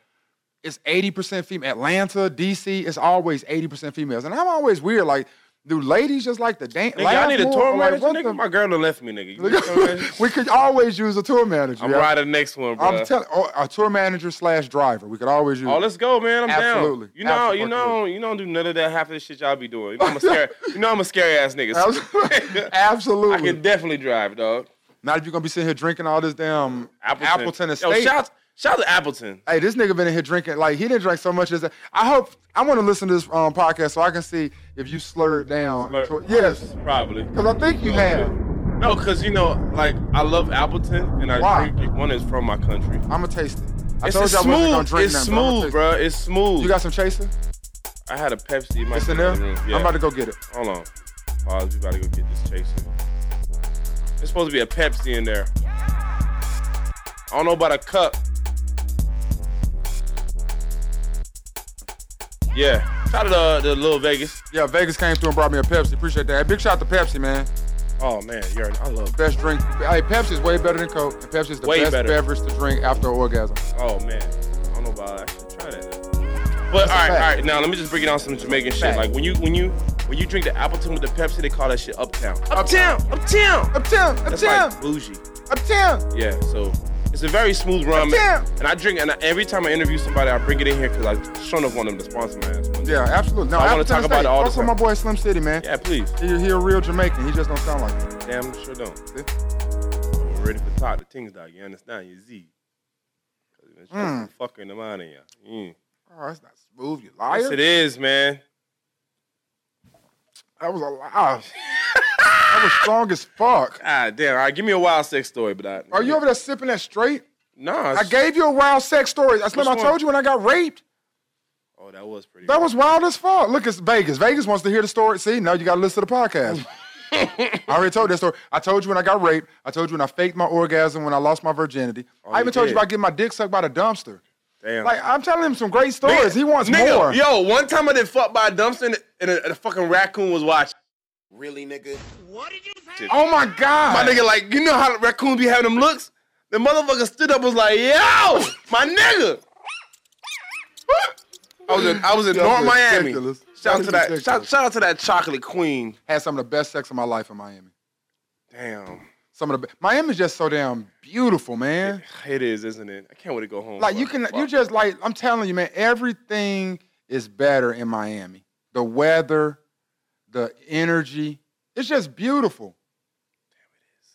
it's 80% female. Atlanta, DC, it's always 80% females. And I'm always weird. Like, Do ladies just like to dance?
Nigga, I need a tour manager.
Like,
nigga, my
what
girl done left me, nigga. You need a tour
the-
manager?
we could always use a tour manager.
I'm
yeah.
riding the next one, bro.
I'm telling oh, a tour manager slash driver. We could always use.
Oh, let's go, man. I'm
Absolutely.
down. You know, you
Absolutely.
know, you don't do none of that half of the shit y'all be doing. You know I'm a scary, you know I'm a scary ass nigga.
Absolutely.
so- I
Absolutely.
can definitely drive, dog.
Not if you're gonna be sitting here drinking all this damn
Appleton,
Appleton Estate.
Yo, shout, shout to Appleton.
hey, this nigga been in here drinking. Like he didn't drink so much as that. I hope I want to listen to this um, podcast so I can see if you slurred down.
Slurred.
Yes,
Probably.
because I think you have.
No, cause you know, like I love Appleton, and I
Why?
drink one is from my country.
I'm gonna taste it. I
It's
told
it's
y'all I wasn't gonna
smooth.
drink
it's
nothing, but I'ma
smooth,
taste
bro. It's smooth.
it. You got some chaser?
I had a Pepsi in my
It's in there.
room. Yeah.
I'm about to go get it.
Hold on. Pause. We about to go get this chaser. There's supposed to be a Pepsi in there. I don't know about a cup. Yeah. Shout out to the Little Vegas.
Yeah, Vegas came through and brought me a Pepsi. Appreciate that. Hey, big shout out to Pepsi, man.
Oh man, you're I love.
Best drink. Hey, Pepsi is way better than Coke. And Pepsi is the
Way
best
better.
beverage to drink after orgasm.
Oh man, I don't know about I should try that. But all right,
fact.
all right. Now let me just bring it on some Jamaican shit.
Fact.
Like when you when you when you drink the Appleton with the Pepsi, they call that shit Uptown. Uptown. Uptown.
Uptown,
That's
uptown,
like bougie.
uptown.
Yeah, so it's a very smooth rum.
Damn.
And I drink, and I, every time I interview somebody, I bring it in here because I sure enough want them to sponsor my ass. one day.
Yeah, absolutely. No,
I wanna
Appleton
talk about
Estate.
it all the
Fuck with
time.
my boy Slim City, man.
Yeah, please.
He, he a real Jamaican. He just don't sound like it.
Damn, sure don't.
See?
We're ready for talk to things, dog. You understand? You Z. Mm. Fucking them out of you. Mm.
Oh, that's not smooth, you
Yes, it
liar.
is, man.
That was a lie. that was strong as fuck.
Ah, damn. All right, give me a wild sex story, but I.
Are you over there sipping that straight?
Nah.
I gave you a wild sex story. I Slim, I
Which one?
told you when I got raped.
Oh, that was pretty.
That was wild as fuck. Look, it's Vegas. Vegas wants to hear the story. See, now you got to listen to the podcast. I already told that story. I told you when I got raped. I told you when I faked my orgasm when I lost my virginity. I
Oh, you
even told
did.
you about getting my dick sucked by the dumpster.
damn.
Like I'm telling him some great stories. he wants
Nigga,
more.
Yo, one time I did fuck by a dumpster and, and a, and a fucking raccoon was watching.
Really, nigga?
Oh my god.
My nigga, like, you know how raccoons be having them looks? The motherfucker stood up was like, yo, my nigga. I was in, I was in
That's
North Miami.
ridiculous.
Shout out
That's
to that
ridiculous.
shout, shout out to that chocolate queen.
had some of the best sex of my life in Miami.
Damn.
Some of the be- Miami's just so damn beautiful, man.
It is, isn't it? I can't wait to go home.
Like you
bro.
can
Fuck.
you just like I'm telling you, man, everything is better in Miami. The weather, the energy, it's just beautiful.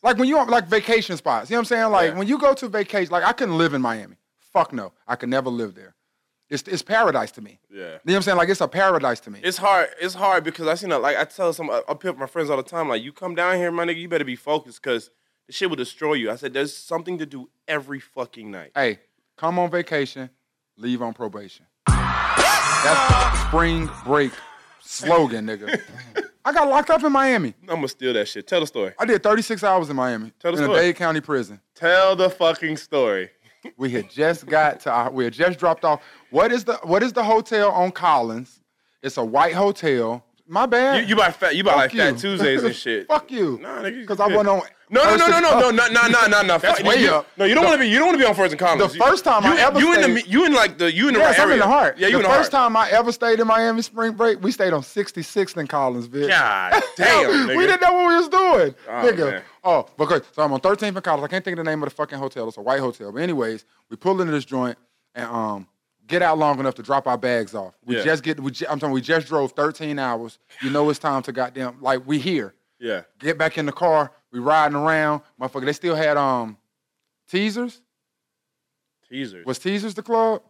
Like when you on like vacation spots, you know what I'm saying? Like
Yeah.
when you go to vacation, like I couldn't live in Miami. Fuck no. I could never live there. It's it's paradise to me.
Yeah.
You know what I'm saying? Like it's a paradise to me.
It's hard. It's hard because I seen that. Like I tell some, I, I pimp my friends all the time. Like you come down here, my nigga, you better be focused because the shit will destroy you. I said there's something to do every fucking night.
hey, come on vacation, leave on probation. That's the spring break slogan, nigga. I got locked up in Miami.
I'm gonna steal that shit. Tell the story.
I did 36 hours in Miami
Tell the
in a
story.
Dade County prison.
Tell the fucking story.
We had just got to our, we had just dropped off. What is the what is the hotel on Collins? It's a white hotel. My
You,
bad.
you buy fat. You buy
Fuck
like Fat
you.
Tuesdays and shit.
Fuck you.
Nah, nigga, you
Because I
good.
went on.
No, no, no,
first
no,
and-
no, no, no, no, no, no, no.
That's
Fuck,
way
you,
up.
No, you don't want to be. You don't want to be on First and Collins.
The first time
you,
I ever
you in the
stayed-
you in like the you in the
Yes,
right
I'm
area.
in the heart.
Yeah, you
the
in the
first
heart.
time I ever stayed in Miami spring break, we stayed on 66th in Collinsville.
God damn, nigga.
we didn't know what we was doing, nigga.
man.
Oh, because so I'm on 13th and College. I can't think of the name of the fucking hotel. It's a white hotel. But anyways, we pull into this joint and um get out long enough to drop our bags off. We
Yeah.
just get. We ju- I'm talking. We just drove 13 hours. You know it's time to goddamn like we here.
Yeah.
Get back in the car. We riding around, motherfucker. They still had um teasers.
Teasers.
Was Teasers the club?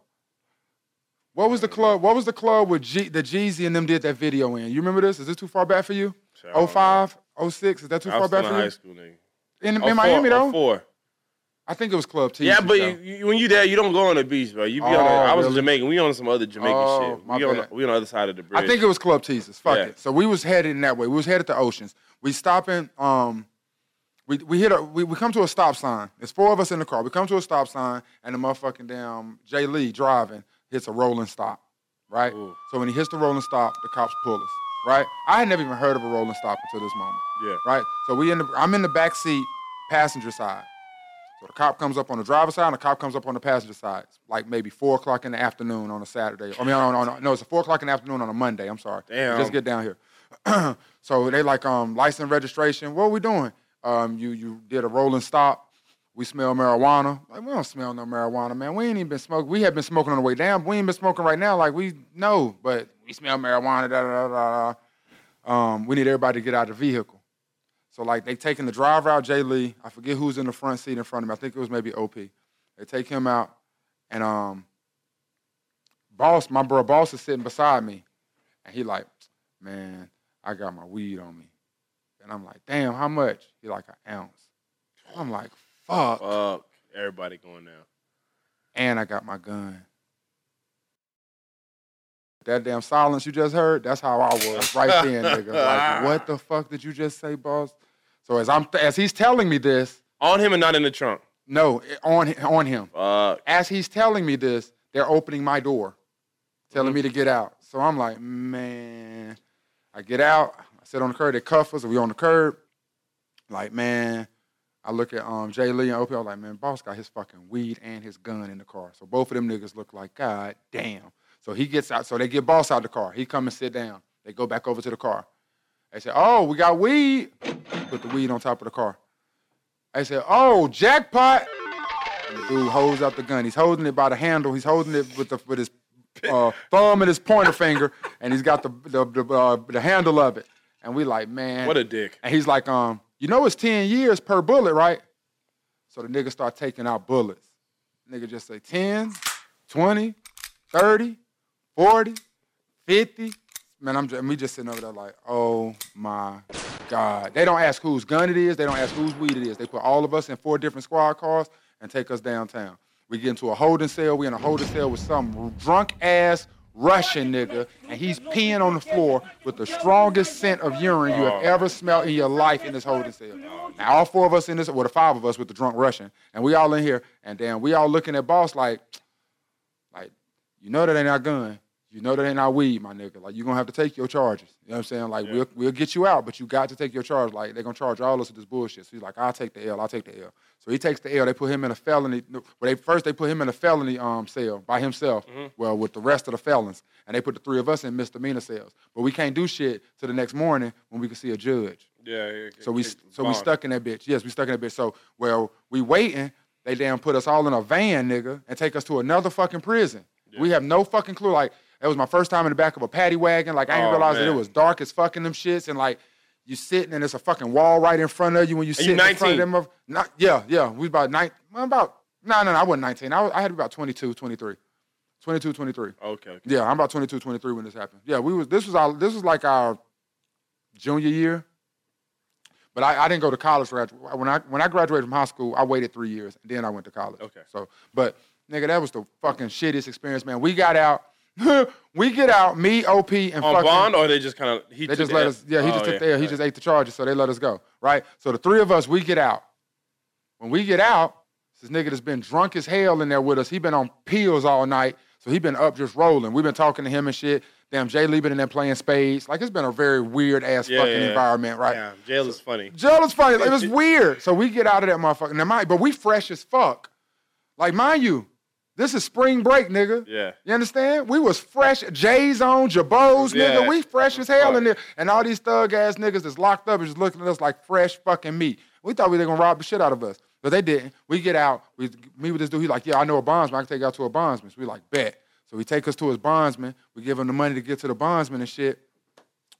What was the club? What was the club with G, the Jeezy and them did that video in? You remember this? Is this too far back for you?
Sure, I don't know.
05, 06? Is that too
I
far
was still
back
in
for
high
you?
school, nigga.
In, in
Oh, four,
Miami
oh,
though,
Four.
I think it was Club Teasers.
Yeah, but
though.
you, you, when you there, you don't go on the beach, bro. You be on. The,
Oh,
I was
really?
Jamaican. We on some other Jamaican
Oh,
shit.
my
We on, the,
bad.
we on the other side of the bridge.
I think it was Club Teasers. Fuck
Yeah.
it. So we was headed in that way. We was headed to Oceans. We stopping. Um, we we hit a we, we come to a stop sign. There's four of us in the car. We come to a stop sign, and the motherfucking damn Jay Lee driving hits a rolling stop, right?
Ooh.
So when he hits the rolling stop, the cops pull us, right? I had never even heard of a rolling stop until this moment,
Yeah.
right? So we in the I'm in the back seat, passenger side. So the cop comes up on the driver's side, and the cop comes up on the passenger side. It's like maybe four o'clock in the afternoon on a Saturday. I mean, on, on, no, it's four o'clock in the afternoon on a Monday. I'm sorry.
Damn.
Just get down here. so they like um license registration. What are we doing? Um, you you did a rolling stop. We smell marijuana. Like we don't smell no marijuana, man. We ain't even been smoking. We have been smoking on the way down. We ain't been smoking right now. Like we know, but we smell marijuana. Da da da da. da. Um, we need everybody to get out of the vehicle. So like they taking the driver out, Jay Lee. I forget who's in the front seat in front of me. I think it was maybe OP. They take him out, and um, boss, my bro, boss is sitting beside me, and he like, man, I got my weed on me, and I'm like, damn, how much? He like an ounce. I'm like, fuck,
Fuck. Everybody going down.
and I got my gun. That damn silence you just heard, that's how I was right then, nigga. Like, what the fuck did you just say, boss? So as I'm as he's telling me this,
On him and not in the trunk.
no, it- on on him.
Fuck.
as he's telling me this, they're opening my door, telling me to get out. So I'm like, man, I get out. I sit on the curb. They cuff us. We on the curb. Like, man, I look at um, Jay Lee and OP. I'm like, man, boss got his fucking weed and his gun in the car. So both of them niggas look like, God damn. So he gets out. So they get boss out the car. He come and sit down. They go back over to the car. They say, oh, we got weed. Put the weed on top of the car. They said, oh, jackpot. And the dude holds out the gun. He's holding it by the handle. He's holding it with the with his uh, thumb and his pointer finger, and he's got the the the, uh, the handle of it. And we like, man,
What a dick.
and he's like, um, you know, it's ten years per bullet, right? So the nigga start taking out bullets. Nigga just say 10, 20, 30, 40, 50. Man, I'm just, me just sitting over there like, oh my God. They don't ask whose gun it is. They don't ask whose weed it is. They put all of us in four different squad cars and take us downtown. We get into a holding cell. We in a holding cell with some drunk ass Russian nigga, and he's peeing on the floor with the strongest scent of urine you have ever smelled in your life in this holding cell. Now, all four of us in this, well, the five of us with the drunk Russian, and we all in here, and then we all looking at boss like, like, you know that ain't our gun. You know that ain't our weed, my nigga. Like, you're gonna have to take your charges. You know what I'm saying? Like, we'll, we'll get you out, but you got to take your charge. Like, they're gonna charge all of us with this bullshit. So he's like, I'll take the L, I'll take the L. So he takes the L, they put him in a felony. no, Well, they first they put him in a felony um cell by himself. Well, with the rest of the felons. And they put the three of us in misdemeanor cells. But we can't do shit till the next morning when we can see a judge.
Yeah. yeah,
So we
yeah,
so we
bond.
stuck in that bitch. Yes, we stuck in that bitch. So well, we waiting. They damn put us all in a van, nigga, and take us to another fucking prison. We have no fucking clue. Like that was my first time in the back of a paddy wagon. Like I didn't
Oh,
realize that
man.
it was dark as fucking them shits, and like you sitting and it's a fucking wall right in front of you when
you
you sit in front of
19?
them. Of, not, yeah, yeah. We was about nine. well, About no, no, no. I wasn't 19. I, was, I had to be about 22, 23. 22, 23.
Okay. okay.
Yeah, I'm about 22, 23 when this happened. Yeah, we was this was our this was like our junior year. But I, I didn't go to college grad- when I when I graduated from high school. I waited three years, and then I went to college.
Okay.
So, but nigga, that was the fucking shittiest experience, man. We got out, we get out, me, OP, and
On
fucking
bond or they just kind of he
they
took
just
the
let
L?
us. Yeah, he
Oh,
just took the
yeah.
L. He just ate the charges, so they let us go. Right. So the three of us, we get out. When we get out, this nigga that's been drunk as hell in there with us. He been on pills all night, so he been up just rolling. We've been talking to him and shit. Damn, Jay Lee been in there playing spades. Like it's been a very weird ass
Yeah,
fucking
yeah, yeah.
environment, right?
Damn, jail is funny.
Jail is funny. Like, it was weird. So we get out of that motherfucker. Now, mind, but we fresh as fuck. Like, mind you, this is spring break, nigga.
Yeah.
You understand? We was fresh. J's on, Jabos, nigga.
Yeah.
We fresh as hell
Fuck.
in there. And all these thug ass niggas that's locked up is just looking at us like fresh fucking meat. We thought we were gonna rob the shit out of us. But they didn't. We get out, we meet with this dude. He's like, Yeah, I know a bondsman. I can take you out to a bondsman. So we like, bet. So we take us to his bondsman. We give him the money to get to the bondsman and shit.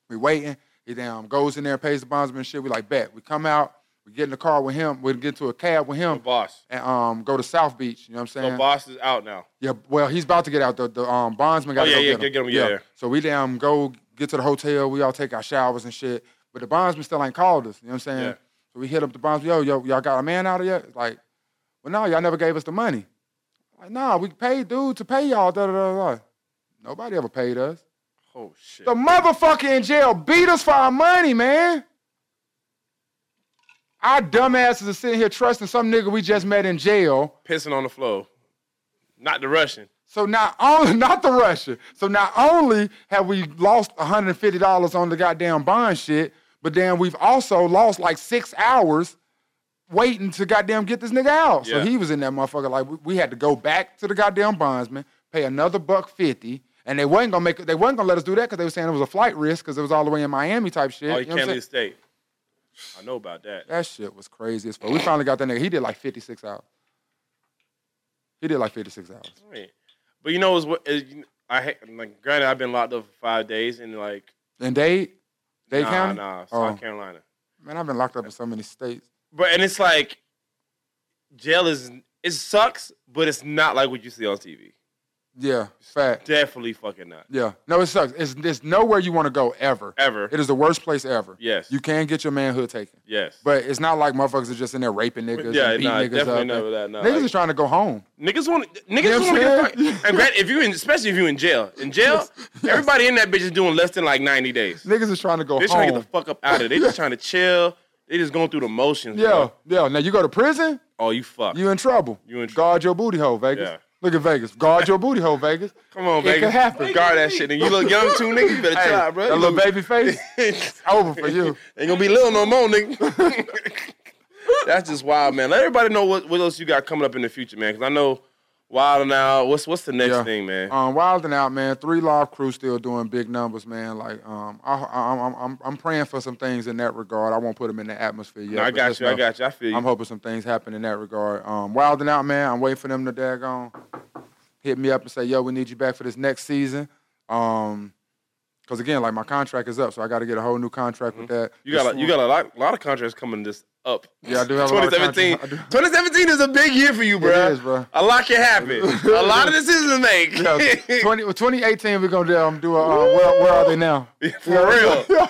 We waiting. He damn goes in there and pays the bondsman and shit. We like, bet. We come out, we get in the car with him, we get to a cab with
The
him
boss.
and um go to South Beach. You know what I'm saying?
The boss is out now.
Yeah, well, he's about to get out. The, the um, bondsman got
Oh,
to
yeah,
go
yeah,
get him.
get him, yeah, yeah.
So we damn go get to the hotel. We all take our showers and shit. But the bondsman still ain't called us. You know what I'm saying?
Yeah.
So we hit up the bondsman. Yo, yo, y'all got a man out of yet? Like, well, no, y'all never gave us the money. Like, nah, we paid dude to pay y'all. Da, da, da, da. Nobody ever paid us.
Oh shit.
The motherfucker in jail beat us for our money, man. Our dumbasses are sitting here trusting some nigga we just met in jail.
Pissing on the floor. Not the Russian.
So not only not the Russia. So not only have we lost $150 on the goddamn bond shit, but then we've also lost like six hours waiting to goddamn get this nigga out.
Yeah.
So he was in that motherfucker. Like we, we had to go back to the goddamn bondsman, pay another buck fifty, And they wasn't gonna make they wasn't gonna let us do that because they were saying it was a flight risk because it was all the way in Miami type shit.
Oh,
You
you
know what I'm
can't leave
saying?
the state. I know about that.
That shit was crazy as fuck. We finally got that nigga. He did like 56 hours. He did like 56 hours.
Right. But you know, it's what is, I ha- like. Granted, I've been locked up for five days in like
And Dade, Dade
nah,
County.
nah, South
Oh.
Carolina.
Man, I've been locked up in so many states.
But and it's like jail is it sucks, but it's not like what you see on TV.
Yeah, fact.
Definitely fucking not.
Yeah, no, it sucks. It's there's nowhere you want to go ever.
Ever.
It is the worst place ever.
Yes.
You can get your manhood taken,
yes.
but it's not like motherfuckers are just in there raping niggas
Yeah,
and beating
nah,
niggas
definitely
up.
not that, nah,
niggas
like-
is trying to go home.
Niggas want niggas
know
want to
what
get
I'm
fucked.
saying?
And granted, if you in, especially if you in jail, in jail, everybody in that bitch is doing less than like ninety days.
Niggas is trying to go
They're
home.
trying to get the fuck up out of there. They just trying to chill. They just going through the motions.
yeah,
bro.
yeah. Now you go to prison,
Oh, you fuck.
you in trouble.
You in tr-
Guard your booty hole, Vegas.
Yeah.
Look at Vegas. Guard your booty hole, Vegas.
Come on,
It
baby.
could happen.
Guard that shit. And you look young too, nigga. You better
Hey,
chill out, bro.
that
You
little
look-
baby face. it's over for you.
Ain't gonna be little no more, nigga. That's just wild, man. Let everybody know what, what else you got coming up in the future, man. Cause I know wild now. What's what's the next
Yeah.
thing, man?
Um, Wilding out, man. Three Live Crew still doing big numbers, man. Like, um, I, I, I'm, I'm, I'm praying for some things in that regard. I won't put them in the atmosphere yet.
No, I
but
got
just
you. I
know
got you. I feel you.
I'm hoping some things happen in that regard. Um, Wilding out, man. I'm waiting for them to daggone hit me up and say, "Yo, we need you back for this next season." Um, because again, like my contract is up, so I got to get a whole new contract with that.
Mm-hmm. you got a, you got a lot, lot of contracts coming this up.
Yeah, I do have a lot of contracts.
2017.
I do.
2017 is a big year for you, bro.
is, bruh.
A lot can happen. a lot of decisions to make.
Yeah, 20, 2018, we're gonna do, um, do a uh, where, where are they now?
For real.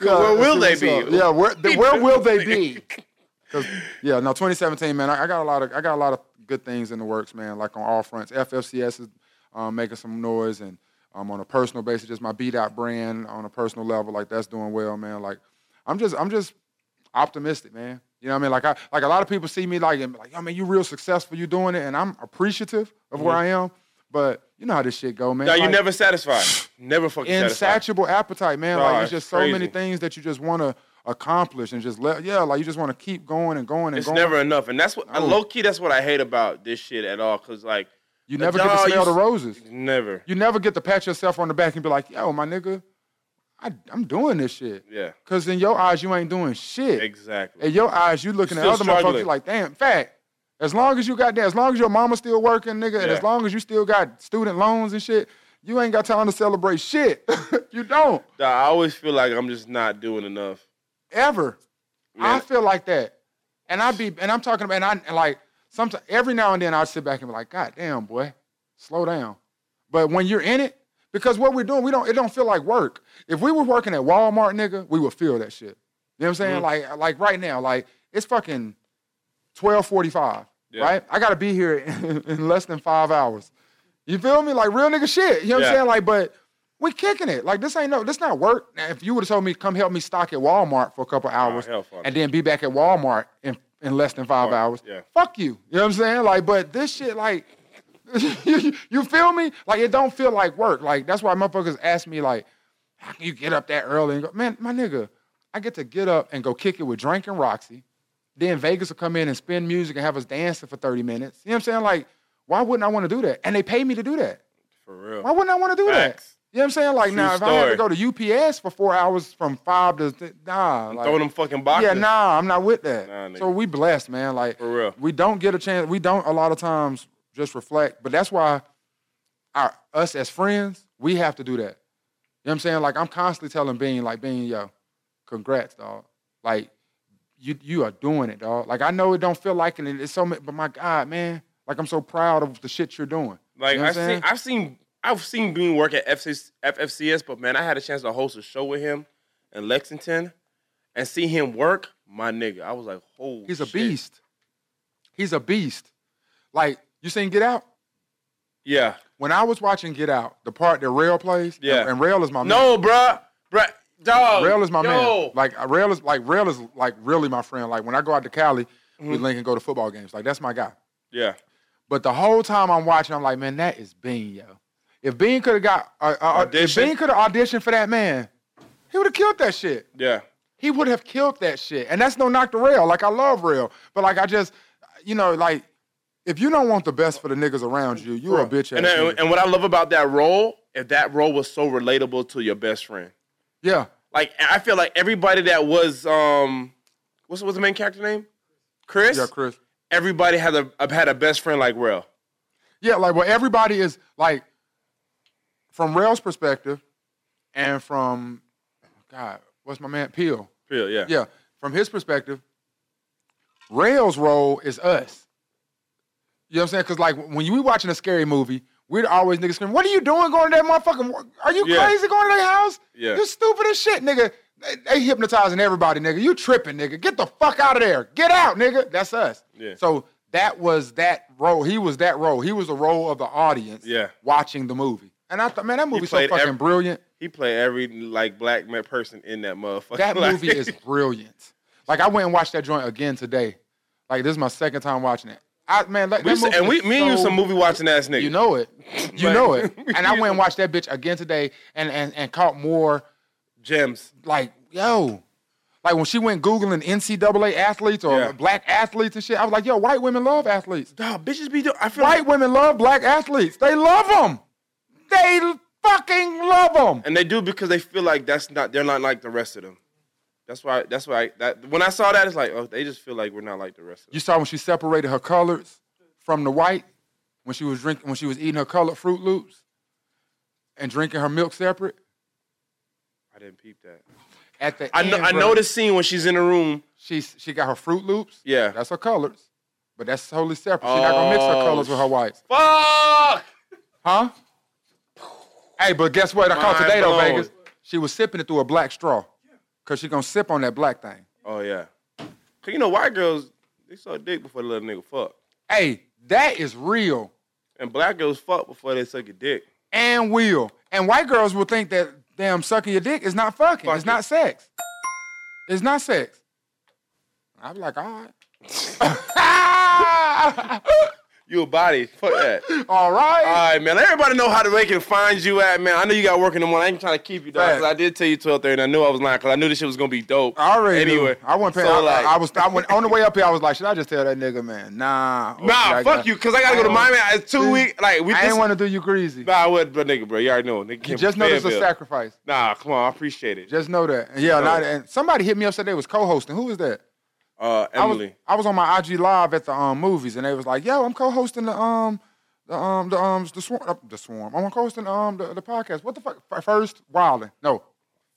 Yeah,
Where will
that's
they
what's
be?
up. Yeah, where th- where will they be? 'Cause, yeah, no, 2017, man. I, I got a lot of I got a lot of good things in the works, man. Like on all fronts, FFCS is um, making some noise, and um, on a personal basis, just my beat out brand on a personal level, like that's doing well, man. Like I'm just I'm just optimistic, man. You know what I mean? Like I like a lot of people see me like and be like, I mean, you real successful, you doing it, and I'm appreciative of where I am. But you know how this shit go,
Mm-hmm.
man.
Now you
Like,
never satisfied. Never fucking satisfied.
insatiable appetite, man.
Nah,
like it's
it's
just so many
crazy.
things that you just want to accomplish and just let yeah, like you just want to keep going and going and
It's
going.
never enough, and that's what
No.
low key. That's what I hate about this shit at all. Cause like
you never get to
Dog, you
smell the
s-
roses.
never,
You never get to pat yourself on the back and be like, yo, my nigga, I, I'm doing this shit.
yeah,
Cause in your eyes, you ain't doing shit.
exactly.
In your eyes, you looking
still
at other motherfuckers
struggling.
you like, damn, fact. As long as you got that, as long as your mama's still working, nigga, and
Yeah.
as long as you still got student loans and shit, you ain't got time to celebrate shit. you don't.
Nah, I always feel like I'm just not doing enough.
ever. I
Man.
feel like that, and I be and I'm talking about and I and like sometimes every now and then I sit back and be like, God damn, boy, slow down. But when you're in it, because what we're doing, we don't it don't feel like work. If we were working at Walmart, nigga, we would feel that shit. You know what I'm saying?
Mm-hmm.
Like like right now, like it's fucking twelve forty five.
Yeah.
Right? I gotta be here in, in less than five hours. You feel me? Like real nigga shit. You know what
Yeah.
I'm saying? Like, but we kicking it. Like this ain't no, this not work. Now, if you would have told me come help me stock at Walmart for a couple hours
hell, fuck.
and then be back at Walmart in, in less than five
Fuck,
hours,
yeah.
fuck you. You know what I'm saying? Like, but this shit, like, you, you feel me? Like it don't feel like work. Like that's why motherfuckers ask me like, how can you get up that early? And go, man, my nigga, I get to get up and go kick it with Drake and Roxy. Then Vegas will come in and spin music and have us dancing for 30 minutes. You know what I'm saying? Like, why wouldn't I want to do that? And they pay me to do that.
For real.
Why wouldn't I want to do
Facts.
that? You know what I'm saying? Like
True
now, if I had to
story.
go to UPS for four hours from five to th- nah, like,
Throw them fucking boxes.
yeah, nah, I'm not with that.
Nah, nigga.
so we blessed, man. Like
For real.
we don't get a chance. We don't a lot of times just reflect, but that's why our us as friends, we have to do that. You know what I'm saying? Like I'm constantly telling Bean, like Bean, yo, congrats, dog. Like you you are doing it, dog. Like I know it don't feel like it, and it's so, ma- but my God, man, like I'm so proud of the shit you're doing.
Like
You know what
I've
I'm
seen, I've seen, I've seen Bean work at FC, FFCS, but man, I had a chance to host a show with him in Lexington, and see him work. My nigga, I was like, holy.
He's a
shit.
beast. He's a beast. Like you seen Get Out?
Yeah.
When I was watching Get Out, the part that Rail plays,
Yeah.
and, and Rail is my man.
No, bruh, bruh, dog.
Rail is my
yo.
man. Like uh, Rail is like Rail is like really my friend. Like when I go out to Cali, we
Mm-hmm.
link and go to football games. Like that's my guy.
yeah.
But the whole time I'm watching, I'm like, man, that is Bean, yo. If Bean could have got uh, uh, if
Audition?
Bean could have auditioned for that man, he would have killed that shit.
Yeah.
he would have killed that shit. And that's no knock to rail. Like I love rail, but like I just, you know, like if you don't want the best for the niggas around you, you're a
Bruh.
bitch ass.
And, then-
nigga.
and what I love about that role if that role was so relatable to your best friend.
Yeah.
Like I feel like everybody that was um, what's what's the main character name? Chris.
Yeah, Chris.
Everybody had a had a best friend like Rel.
Yeah, like well, everybody is like from Rail's perspective, and from God, what's my man Peel?
Real, yeah.
Yeah, from his perspective, Rail's role is us. You know what I'm saying? Because like when you we watching a scary movie, we're always niggas screaming, "What are you doing going to that motherfucking? wa- Are you
Yeah.
crazy going to their house?
Yeah.
You stupid as shit, nigga. They, they hypnotizing everybody, nigga. You tripping, nigga. Get the fuck out of there. Get out, nigga. That's us.
Yeah.
So that was that role. He was that role. He was the role of the audience.
Yeah. Watching
Watching the movie. And I thought, man, that movie's so
played
fucking
ev-
brilliant.
He played every like black man person in that motherfucker.
That
Like-
movie is brilliant. Like I went and watched that joint again today. Like this is my second time watching it. I man, like,
We
that
used to-
movie
and we,
is
me and you,
so-
some movie watching ass nigga.
You know it. You
Like-
know it. And I went and watched that bitch again today, and and and caught more.
gems.
Like yo, like when she went googling NCAA athletes or
Yeah.
black athletes and shit, I was like, yo, white women love athletes.
Dog, bitches be. doing- I feel
White
like,
women love black athletes. They love them. They fucking love them.
and they do because they feel like that's not. They're not like the rest of them. That's why. That's why. I, that when I saw that, it's like, oh, they just feel like we're not like the rest of them.
You saw when she separated her colors from the white when she was drinking when she was eating her colored Fruit Loops and drinking her milk separate.
I didn't peep that.
At the
I
end,
know. I
bruh,
know the scene when she's in the room.
she she got her Fruit Loops.
Yeah.
that's her colors, but that's totally separate. She's not gonna mix her
Oh,
colors with her whites,
Fuck.
huh? Hey, but guess what? I caught
Mind
today though,
blown.
Vegas. She was sipping it through a black straw, cause she gonna sip on that black thing.
Oh yeah. Cause you know white girls, they suck dick before they let a nigga fuck,
Hey, that is real.
and black girls fuck before they suck your dick.
and will. And white girls will think that damn sucking your dick is not fucking.
Fuck
it's
it.
not sex. It's not sex. I'm like, all right.
You a body? Fuck that.
all
All
right.
right, man. Let everybody know how to they can find you at, man. I know you got work in the morning. I ain't trying to keep you, dog. 'cause
Facts.
I did tell you twelve thirty. and I knew I was lying because I knew this shit was gonna be dope.
I already
Anyway,
anyway, I went paying.
so,
I,
like-
I was. I went on the way up here. I was like, should I just tell that nigga, man? Nah.
Nah,
Like,
fuck you, cause I gotta go to
I
Miami. It's two
dude,
weeks. Like we.
I
this-
ain't want to do you greasy.
Nah, what, but nigga, bro, you already know. Nigga, came
Just
from
know it's a
Fayetteville.
sacrifice.
Nah, come on, I appreciate it.
Just know that. And yeah, and, I- and somebody hit me up said they was co-hosting. Who was that?
Uh,
I was,
Emily.
I was on my IG live at the um movies, and they was like, "Yo, I'm co-hosting the um the um the um the swarm uh, the swarm. I'm co-hosting um the, the podcast. What the fuck? F- First Wilding? No,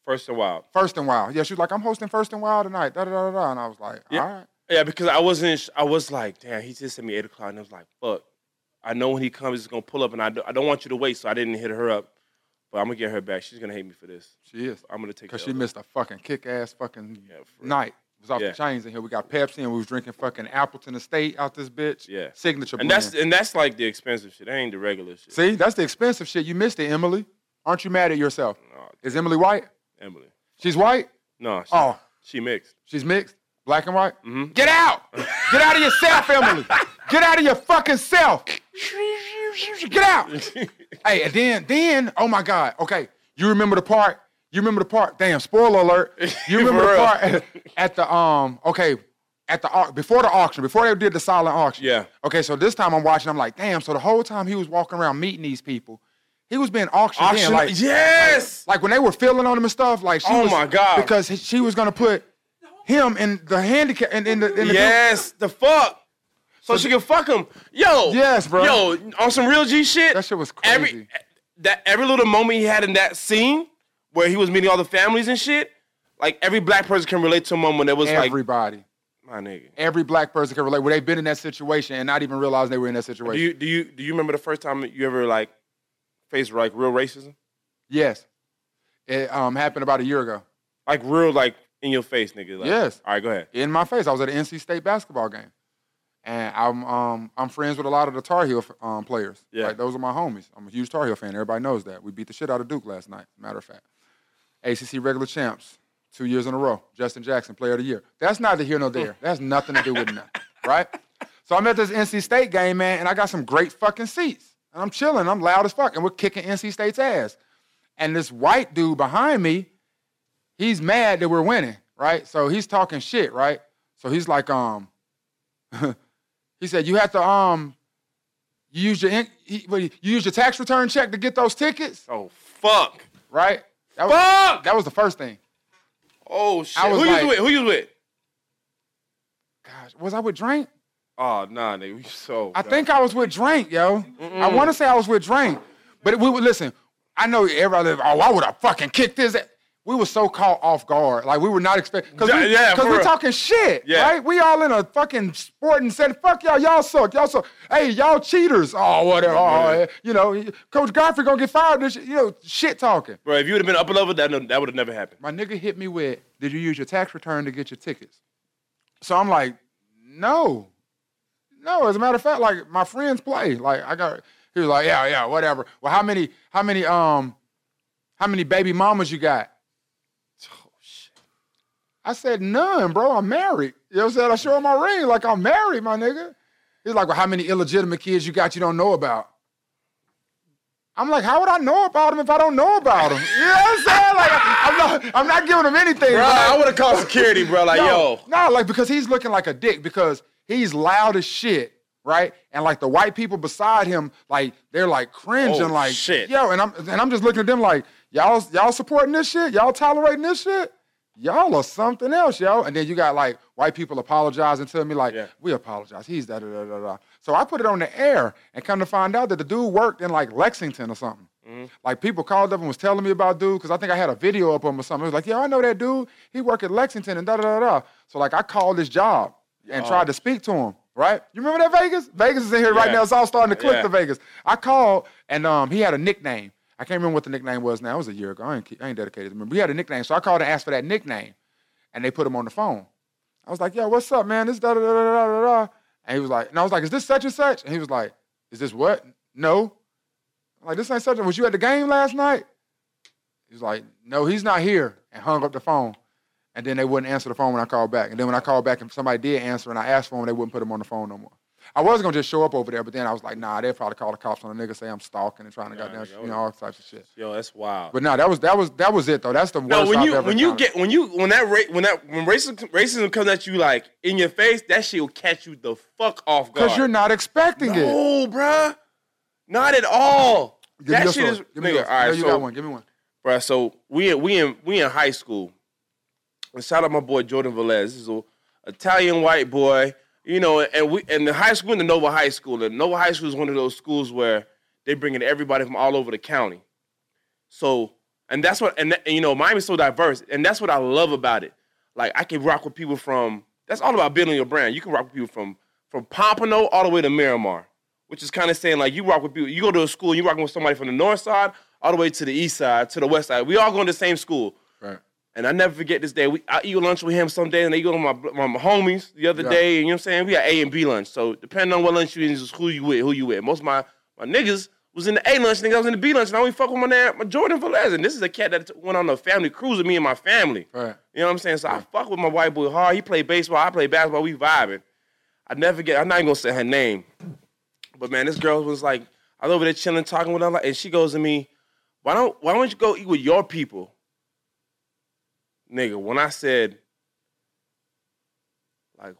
First and wild.
First and Wild. Yeah, she was like, "I'm hosting First and Wild tonight." Da da da da. da. And I was like,
Yeah.
"All right."
Yeah, because I wasn't. sh- I was like, damn, he just sent me eight o'clock, and I was like, fuck. I know when he comes, he's gonna pull up, and I, do, I don't want you to wait, so I didn't hit her up. But I'm gonna get her back. She's gonna hate me for this.
She is
I'm gonna take.
because
the
she
L.
missed a fucking kick ass fucking
Yeah, for real.
night. It was off
Yeah.
the chains in here. We got Pepsi and we was drinking fucking Appleton Estate out this bitch.
Yeah.
signature.
And
blend.
that's and that's like the expensive shit. That ain't the regular shit.
see, that's the expensive shit. You missed it, Emily. Aren't you mad at yourself?
Nah,
Is Emily white?
Emily.
She's white.
No, she,
Oh.
she mixed.
She's mixed, black and white.
Mm-hmm.
Get out! Get out of yourself, Emily. Get out of your fucking self. Get out. hey, and then, then, oh my God. Okay, you remember the part? You remember the part? Damn, spoiler alert. You remember
For
the
real.
part at, at the um? Okay, at the au- before the auction, before they did the silent auction.
Yeah.
Okay, so this time I'm watching. I'm like, damn. So the whole time he was walking around meeting these people, he was being auctioned. in,
Auction-
like,
yes.
like when they were feeling on him and stuff, like she
Oh
was,
my God.
because he- she was gonna put him in the handicap and in, the in the
yes. The fuck. So, she can fuck him. Yo.
Yes, bro.
Yo, on some real G shit.
That shit was
Every
crazy.
that every little moment he had in that scene where he was meeting all the families and shit. Like every black person can relate to a moment that was like
everybody.
my nigga.
Every black person can relate where they've been in that situation and not even realizing they were in that
Do
situation.
you do you do you remember the first time you ever like faced like real racism?
yes, it um, happened about a year ago.
Like real like in your face, nigga. Like,
Yes.
All right, go ahead.
in my face. I was at an NC State basketball game, and I'm um, I'm friends with a lot of the Tar Heel um, players.
Yeah.
like, those are my homies. I'm a huge Tar Heel fan. Everybody knows that. We beat the shit out of Duke last night. Matter of fact, ACC regular champs two years in a row. Justin Jackson, Player of the Year. That's neither here nor there. That's nothing to do with nothing, right? So I'm at this NC State game, man, and I got some great fucking seats, and I'm chilling. I'm loud as fuck, and we're kicking NC State's ass. And this white dude behind me he's mad that we're winning, right? So he's talking shit, right? So he's like, um, he said, you have to um You use your in- he, what, you use your tax return check to get those tickets,
Oh fuck!
right? That was,
Fuck!
that was the first thing.
Oh shit!
I was
Who you was
like-
with? Who you was with?
Gosh, was I with Drake?
Oh nah, nigga, we so.
I think I was with Drake, yo. I want to say I was with Drake, but we would listen. I know everybody. Oh, I would have fucking kicked his. a-" We were so caught off guard, like we were not expecting. Cause
Yeah,
we,
yeah,
cause
for
we
real.
talking shit,
Yeah.
right? We all in a fucking sporting said, "Fuck y'all, y'all suck, y'all suck." Hey, y'all cheaters. Oh, whatever. Oh, eh, you know, Coach Godfrey gonna get fired. This, you know, shit talking.
bro, if you would have been upper level, that that would have never happened.
My nigga hit me with, "Did you use your tax return to get your tickets?" So I'm like, "No, no." As a matter of fact, like my friends play. Like I got, he was like, "Yeah, yeah, whatever." Well, how many, how many, um, how many baby mamas you got?
Oh,
I said, "None, bro. I'm married." You know what I'm saying? I show him my ring, like I'm married, my nigga. He's like, "Well, how many illegitimate kids you got you don't know about?" I'm like, how would I know about them if I don't know about them? You know what I'm saying? Like, I'm not, I'm not giving them anything.
Bro,
but I-
I would have called security, bro. Like, yo,
no, like because he's looking like a dick because he's loud as shit, right? And like the white people beside him, like they're like cringing,
Oh,
like
shit.
yo, and I'm and I'm just looking at them like y'all y'all supporting this shit, y'all tolerating this shit. Y'all are something else, yo. And then you got like white people apologizing to me, like,
Yeah.
we apologize. He's da da da da da. So I put it on the air and come to find out that the dude worked in like Lexington or something. Like people called up and was telling me about dude because I think I had a video up on him or something. It was like, yeah, I know that dude. He worked at Lexington and da da da da. So like I called his job and
Uh-huh.
tried to speak to him. Right? You remember that Vegas? Vegas is in here right
Yeah.
now. It's all starting to click
Yeah.
to Vegas. I called and um, he had a nickname. I can't remember what the nickname was now. It was a year ago. I ain't, keep- I ain't dedicated to remember. He had a nickname. So I called and asked for that nickname. And they put him on the phone. I was like, yo, what's up, man? This da da da da da da. da." And he was like, and I was like, is this such and such? And he was like, is this what? No. I'm like, this ain't such a was you at the game last night? He was like, no, he's not here. And hung up the phone. And then they wouldn't answer the phone when I called back. And then when I called back and somebody did answer and I asked for him, they wouldn't put him on the phone no more. I was gonna just show up over there, but then I was like, nah, they'll probably call the cops on the nigga, say I'm stalking and trying to
Nah,
goddamn,
nigga, I
you know, all types of shit.
yo, that's wild.
But no, that was that was that was it though. That's the worst
No, when
I've
you
ever
when you
encountered.
get when you when that ra- when that when racism racism comes at you like in your face, that shit will catch you the fuck off guard.
because you're not expecting it.
no, bruh, not at all.
Give me
that
your
shit is
story. Give me
nigga.
yours.
All right,
No, you
so
got one. Give me one.
bruh, So we in- we in we in high school. And shout out my boy Jordan Velez. This is a Italian white boy, you know. And we and the high school in the Nova High School. And Nova High School is one of those schools where they bring in everybody from all over the county. So and that's what and, that- and you know Miami's so diverse, and that's what I love about it. Like I can rock with people from. That's all about building your brand. You can rock with people from from Pompano all the way to Miramar, which is kind of saying like you rock with people. You go to a school, you rocking with somebody from the north side all the way to the east side to the west side. We all going to the same school.
Right.
And I never forget this day. We, I eat lunch with him some days, and they go to my, my, my homies the other
Yeah.
day. And you know what I'm saying? We had A and B lunch. So depending on what lunch you eat, is who you with, who you with. Most of my, my niggas was in the A lunch, niggas was in the B lunch, and I only fuck with my, na- my Jordan Velez. And this is a cat that went on a family cruise with me and my family.
Right.
You know what I'm saying? So I fuck with my white boy hard. He played baseball, I played basketball, we vibing. I never get, I'm not even gonna say her name. But man, this girl was like, I was over there chilling, talking with her, like, and she goes to me, why don't why don't you go eat with your people? Nigga, when I said, like,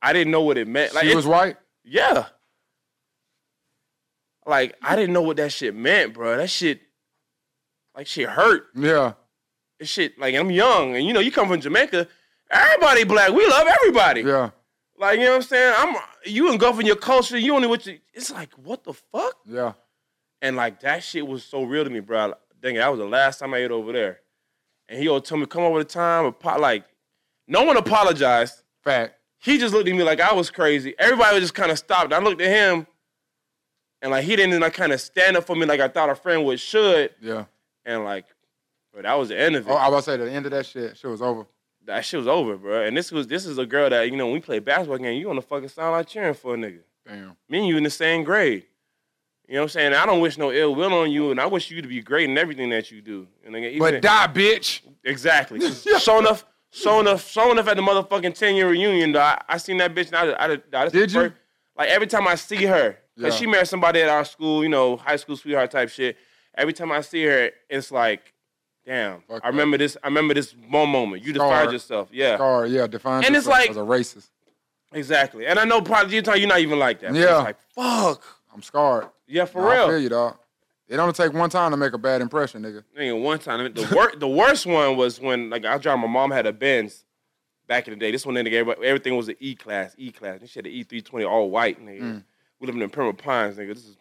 I didn't know what it meant. Like,
she
it-
was white.
yeah. Like, I didn't know what that shit meant, bro. That shit, like, shit hurt
Yeah.
and shit. Like I'm young, and you know, you come from Jamaica. Everybody black. We love everybody.
Yeah.
Like you know what I'm saying. I'm you engulfing your culture. You only what you. It's like what the fuck.
Yeah.
And like that shit was so real to me, bro. Like, Dang it, that was the last time I ate over there. And he always told me come over the time. Apo- like no one apologized.
Fact.
He just looked at me like I was crazy. Everybody just kind of stopped. I looked at him, and like he didn't like kind of stand up for me like I thought a friend would should.
Yeah.
And like, bro, that was the end of it.
Oh, I was about to say the end of that shit. Shit was over.
that shit was over, bro. And this was this is a girl that you know when we play basketball game, you on the fucking sideline cheering for a nigga.
Damn.
Me and you in the same grade. You know what I'm saying? I don't wish no ill will on you, and I wish you to be great in everything that you do. And nigga,
But
even-
die, bitch.
exactly. so enough, so enough, so enough at the motherfucking ten year reunion. Though I, I seen that bitch. And I, I, I, that's the
Did you?
first- Like every time I see her,
Yeah.
cause she married somebody at our school, you know, high school sweetheart type shit. Every time I see her, it's like, damn.
Fuck
I
up.
remember this. I remember this one moment. You defined
Scarred.
yourself. Yeah.
Car, yeah, defines
And it's
yourself
like-
as a racist.
Exactly. And I know probably you're talking- you're not even like that. but it's
Yeah.
like, fuck.
I'm scarred.
Yeah, for
Nah, I feel
real.
you, dog. It only take one time to make a bad impression, nigga.
Nigga, one time the worst the worst one was when like I drive my mom had a Benz back in the day. This one nigga everybody- everything was an E class, E class. And she had an E three twenty all white nigga.
Mm.
We living in Pembroke Pines, nigga. This is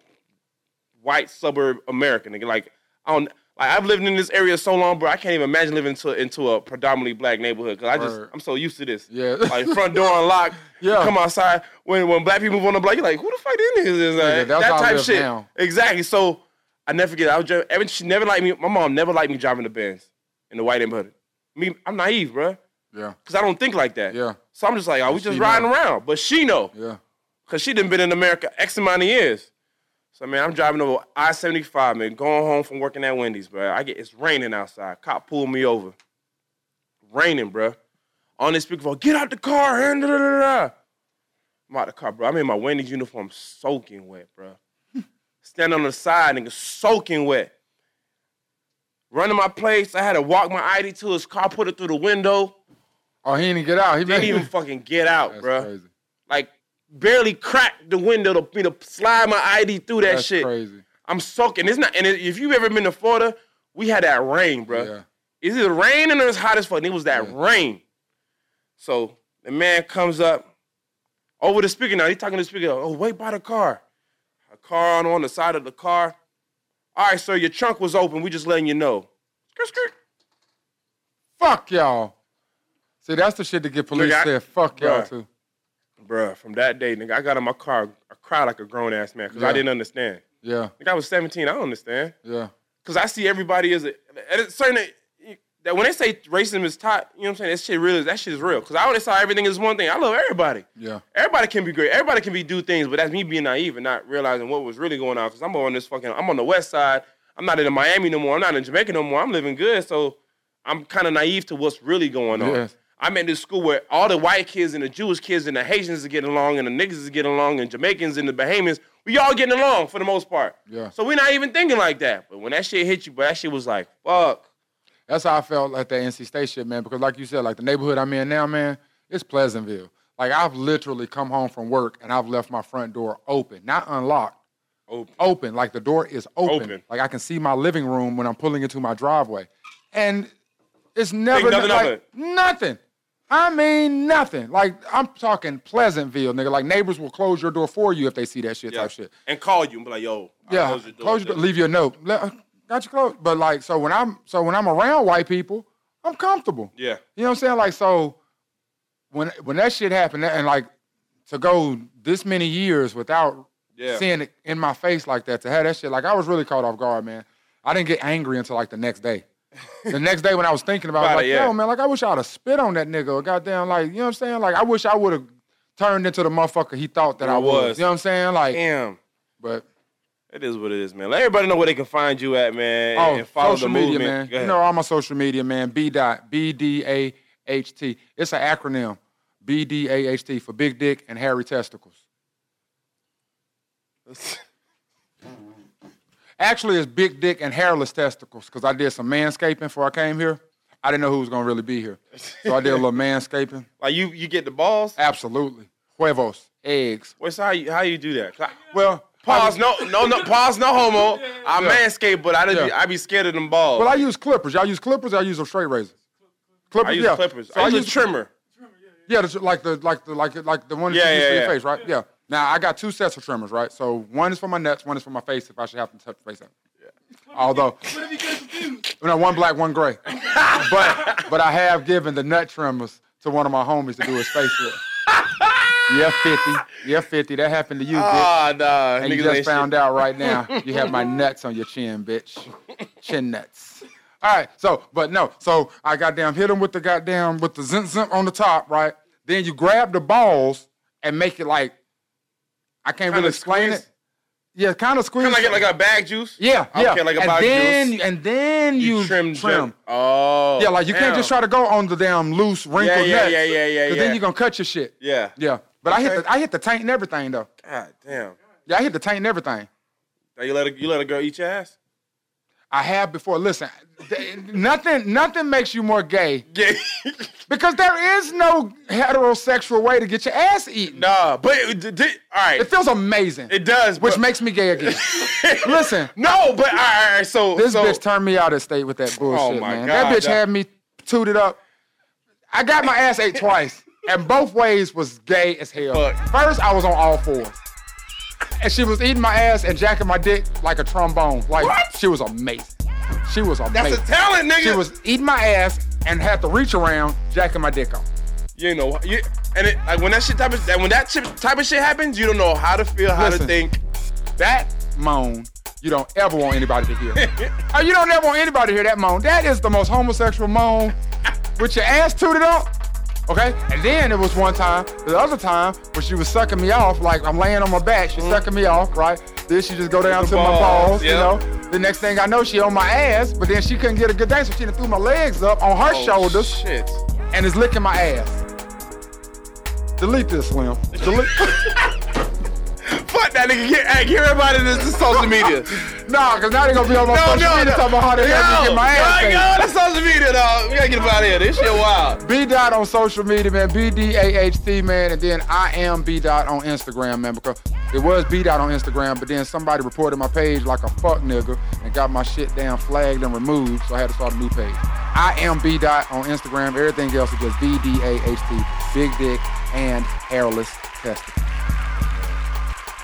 white suburb America, nigga. Like I don't like I've lived in this area so long, bro. I can't even imagine living into into a predominantly black neighborhood because I just
Word.
I'm so used to this.
Yeah.
like front door unlocked.
Yeah.
you come outside when when black people move on the block. You're like, who the fuck this nigga is?
Nigga,
Like,
that's
that
how I
type
live
shit.
now.
Exactly. So I never forget. I was driving. Every, she never liked me. My mom never liked me driving the Benz in the white neighborhood. Me, I'm naive, bro,
Yeah,
because I don't think like that.
Yeah.
So I'm just like, oh, we just
she
riding
know.
around. But she know
yeah.
because she done been in America X amount of years. So man, I'm driving over I-75, man, going home from working at Wendy's, bro. I get it's raining outside. Cop pulled me over. Raining, bro. On this speakerphone, get out the car. and da, da, da, da." I'm out the car, bro. I'm in my Wendy's uniform, soaking wet, bro. Standing on the side, nigga, soaking wet. Running my place. I had to walk my ID to his car, put it through the window.
Oh, he didn't get out. He
Didn't even fucking get out,
That's
bro
crazy.
like barely cracked the window to me to slide my ID through that
That's
shit.
crazy.
I'm soaking. It's not. And it- if you've ever been to Florida, we had that rain, bro.
Yeah.
It's either raining or it's hot as fuck. And it was that
Yeah.
rain. So the man comes up over the speaker now. He's talking to the speaker. Oh, wait by the car. A car on, on the side of the car. All right, sir, your trunk was open. We just letting you know. Skirt, skirt.
Fuck y'all. See, that's the shit that get police
Nigga, I-
said. Fuck y'all
Bruh.
too.
Bruh, from that day, nigga, I got in my car. I cried like a grown ass man because I
Yeah.
didn't understand.
Yeah,
Like I was 17, I don't understand.
yeah,
because I see everybody as a, at a certain that when they say racism is taught, you know what I'm saying? That shit real. is- That shit is real. Because I only saw everything as one thing. I love everybody.
yeah.
Everybody can be great. Everybody can be do things, but that's me being naive and not realizing what was really going on. Because I'm on this fucking. I'm on the west side. I'm not in Miami no more. I'm not in Jamaica no more. I'm living good. So I'm kind of naive to what's really going on.
Yes.
I'm at this school where all the white kids and the Jewish kids and the Haitians are getting along and the niggas is getting along and Jamaicans and the Bahamians. We all getting along for the most part.
Yeah.
So we're not even thinking like that. But when that shit hit you, but that shit was like, fuck.
That's how I felt at the NC State shit, man. Because like you said, like the neighborhood I'm in now, man, it's Pleasantville. Like I've literally come home from work and I've left my front door open, not unlocked,
Oh,
open. Like the door is open.
Open.
Like I can see my living room when I'm pulling into my driveway, and it's never
Ain't nothing of
like,
it.
nothing. I mean nothing. Like I'm talking Pleasantville, nigga. Like neighbors will close your door for you if they see that shit type shit.
And call you and be like, yo, I
Yeah,
closed your door.
Leave your note. Le- Got you close. But like, so when I'm so when I'm around white people, I'm comfortable.
Yeah.
You know what I'm saying? Like, so when when that shit happened, and like to go this many years without
Yeah.
seeing it in my face like that, to have that shit, like I was really caught off guard, man. I didn't get angry until like the next day. The next day when I was thinking about, it,
About
like,
it, yeah.
yo, man, like I wish I'd have spit on that nigga. Or goddamn, like, you know what I'm saying? Like, I wish I would have turned into the motherfucker he thought that
It
I was.
was.
You know what I'm saying? Like,
Damn.
but
It is what it is, man. Let everybody know where they can find you at, man.
Oh,
and follow
social
the movement.
media, man.
Go ahead.
You know, all my social media, man. B dot B D A H T. It's an acronym. B D A H T for Big Dick and Hairy Testicles. Actually, it's Big Dick and Hairless Testicles because I did some manscaping before I came here. I didn't know who was gonna really be here, so I did a little manscaping.
like you, you get the balls.
Absolutely, huevos, eggs.
What's how you how you do that? 'Cause I-
Well,
Pause, no, no, no, pause, no homo. I manscape, but I didn't.
Yeah.
I be scared of them balls.
Well, I use clippers. Y'all use clippers? Or I use a straight razor. Clippers,
I use
yeah.
clippers.
So
I use a
the-
trimmer.
Yeah, the, like the like the like like the one that
Yeah,
you use
yeah,
for your
yeah.
face, right? Yeah. Now I got two sets of trimmers, right? So one is for my nuts, one is for my face. If I should have to touch the face up. Although,
What if you get confused?
you know, one black, one gray. but but I have given the nut trimmers to one of my homies to do his face with. Yeah, fifty. Yeah, fifty. That happened to you, bitch.
Ah, nah,
And you
niggas ain't
just
shit.
found out right now. You have my nuts on your chin, bitch. Chin nuts. All right. So, but no. So I goddamn hit him with the goddamn with the zimp zimp on the top, right? Then you grab the balls and make it like I can't
Kinda
really explain
squeeze.
it. Yeah, kind of squeeze.
Kinda like like a bag juice.
yeah, yeah.
Okay, like a bag
and then
juice.
and then you,
trim,
trim
ju- Oh,
Yeah, like you can't
damn.
just try to go on the damn loose wrinkled
yeah,
nuts,
yeah, yeah, yeah,
'cause
yeah.
Then you're gonna cut your shit.
Yeah.
Yeah. But I
Okay.
hit the I hit the taint and everything though.
God damn.
Yeah, I hit the taint and everything.
Now you let a, you let a girl eat your ass?
I have before. Listen, th- nothing nothing makes you more gay
Yeah.
because there is no heterosexual way to get your ass eaten.
nah, but it, d- d- all right,
It feels amazing,
it does.
which
but-
makes me gay again. Listen,
no, but all right, all right, so
this
so, Oh
bitch turned me out at state with that bullshit,
my
man.
God,
that bitch
dog.
had me tooted up. I got my ass ate twice, and both ways was gay as hell.
Fuck.
First, I was on all fours. And she was eating my ass and jacking my dick like a trombone. Like
What?
she was amazing. She was amazing.
that's a talent, nigga.
She was eating my ass and had to reach around, jacking my dick off.
you know, you, and it, like when that shit type of that when that shit, type of shit happens, you don't know how to feel, how to
Listen.
think.
That moan, you don't ever want anybody to hear. oh, you don't ever want anybody to hear that moan. That is the most homosexual moan with your ass tooted up. Okay? And then it was one time, the other time, when she was sucking me off, like I'm laying on my back, she's sucking me off, right? Then she just go down
Mm-hmm. The
to my
balls,
balls,
yeah.
you know. The next thing I know, she on my ass, but then she couldn't get a good day, so she done threw my legs up on her
Oh,
shoulders
Shit.
and is licking my ass. Delete this, Slim. Delete.
Fuck that nigga. Get, hey, get everybody this is social media.
nah, cause now they gonna be on my
No,
social
no,
media
no.
talking about how they help me
Yo,
get my ass.
yo,
ate.
yo, that's social media, dog. We gotta get up out of here. This shit wild.
B dot on social media, man. B D A H T, man, and then I am B dot on Instagram, man, because it was B dot on Instagram, but then somebody reported my page like a fuck nigga and got my shit down flagged and removed, so I had to start a new page. I am B dot on Instagram. Everything else is just B D A H T, big dick and hairless testicles.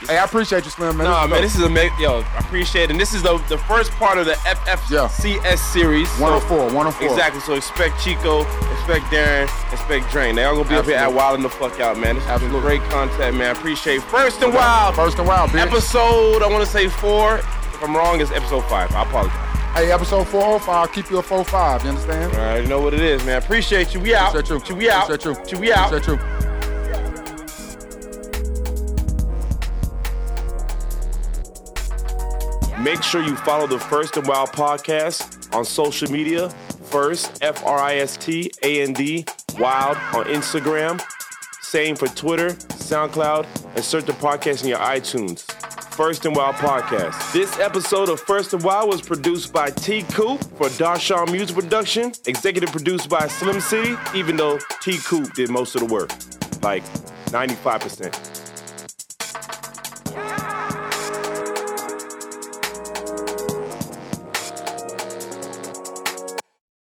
Hey, I appreciate you, Slim, man.
Nah, man,
is dope.
this is amazing. Yo, I appreciate it. And this is the, the first part of the FFCS series. So-
104, 104.
Exactly. So expect Chico, expect Darren, expect Drain. They all gonna be up here at
Absolutely.
Wild and the fuck out, man. This has been
Absolutely.
great content, man. Appreciate First and Wild.
First and wild, bitch.
Episode, I wanna say four. If I'm wrong, it's episode five. I apologize.
hey, episode 405, keep you a 45, you understand?
All right, you know what it is, man. Appreciate you. We out.
Is that true?
Chi, We out.
Is that true?
Chi, We out.
Is that true?
Make sure you follow the First and Wild podcast on social media. First, F R I S T A N D, Wild on Instagram. Same for Twitter, SoundCloud, and search the podcast in your iTunes. First and Wild Podcast. This episode of First and Wild was produced by T Coop for Darshan Music Production, executive produced by Slim City, even though T Coop did most of the work, like 95%.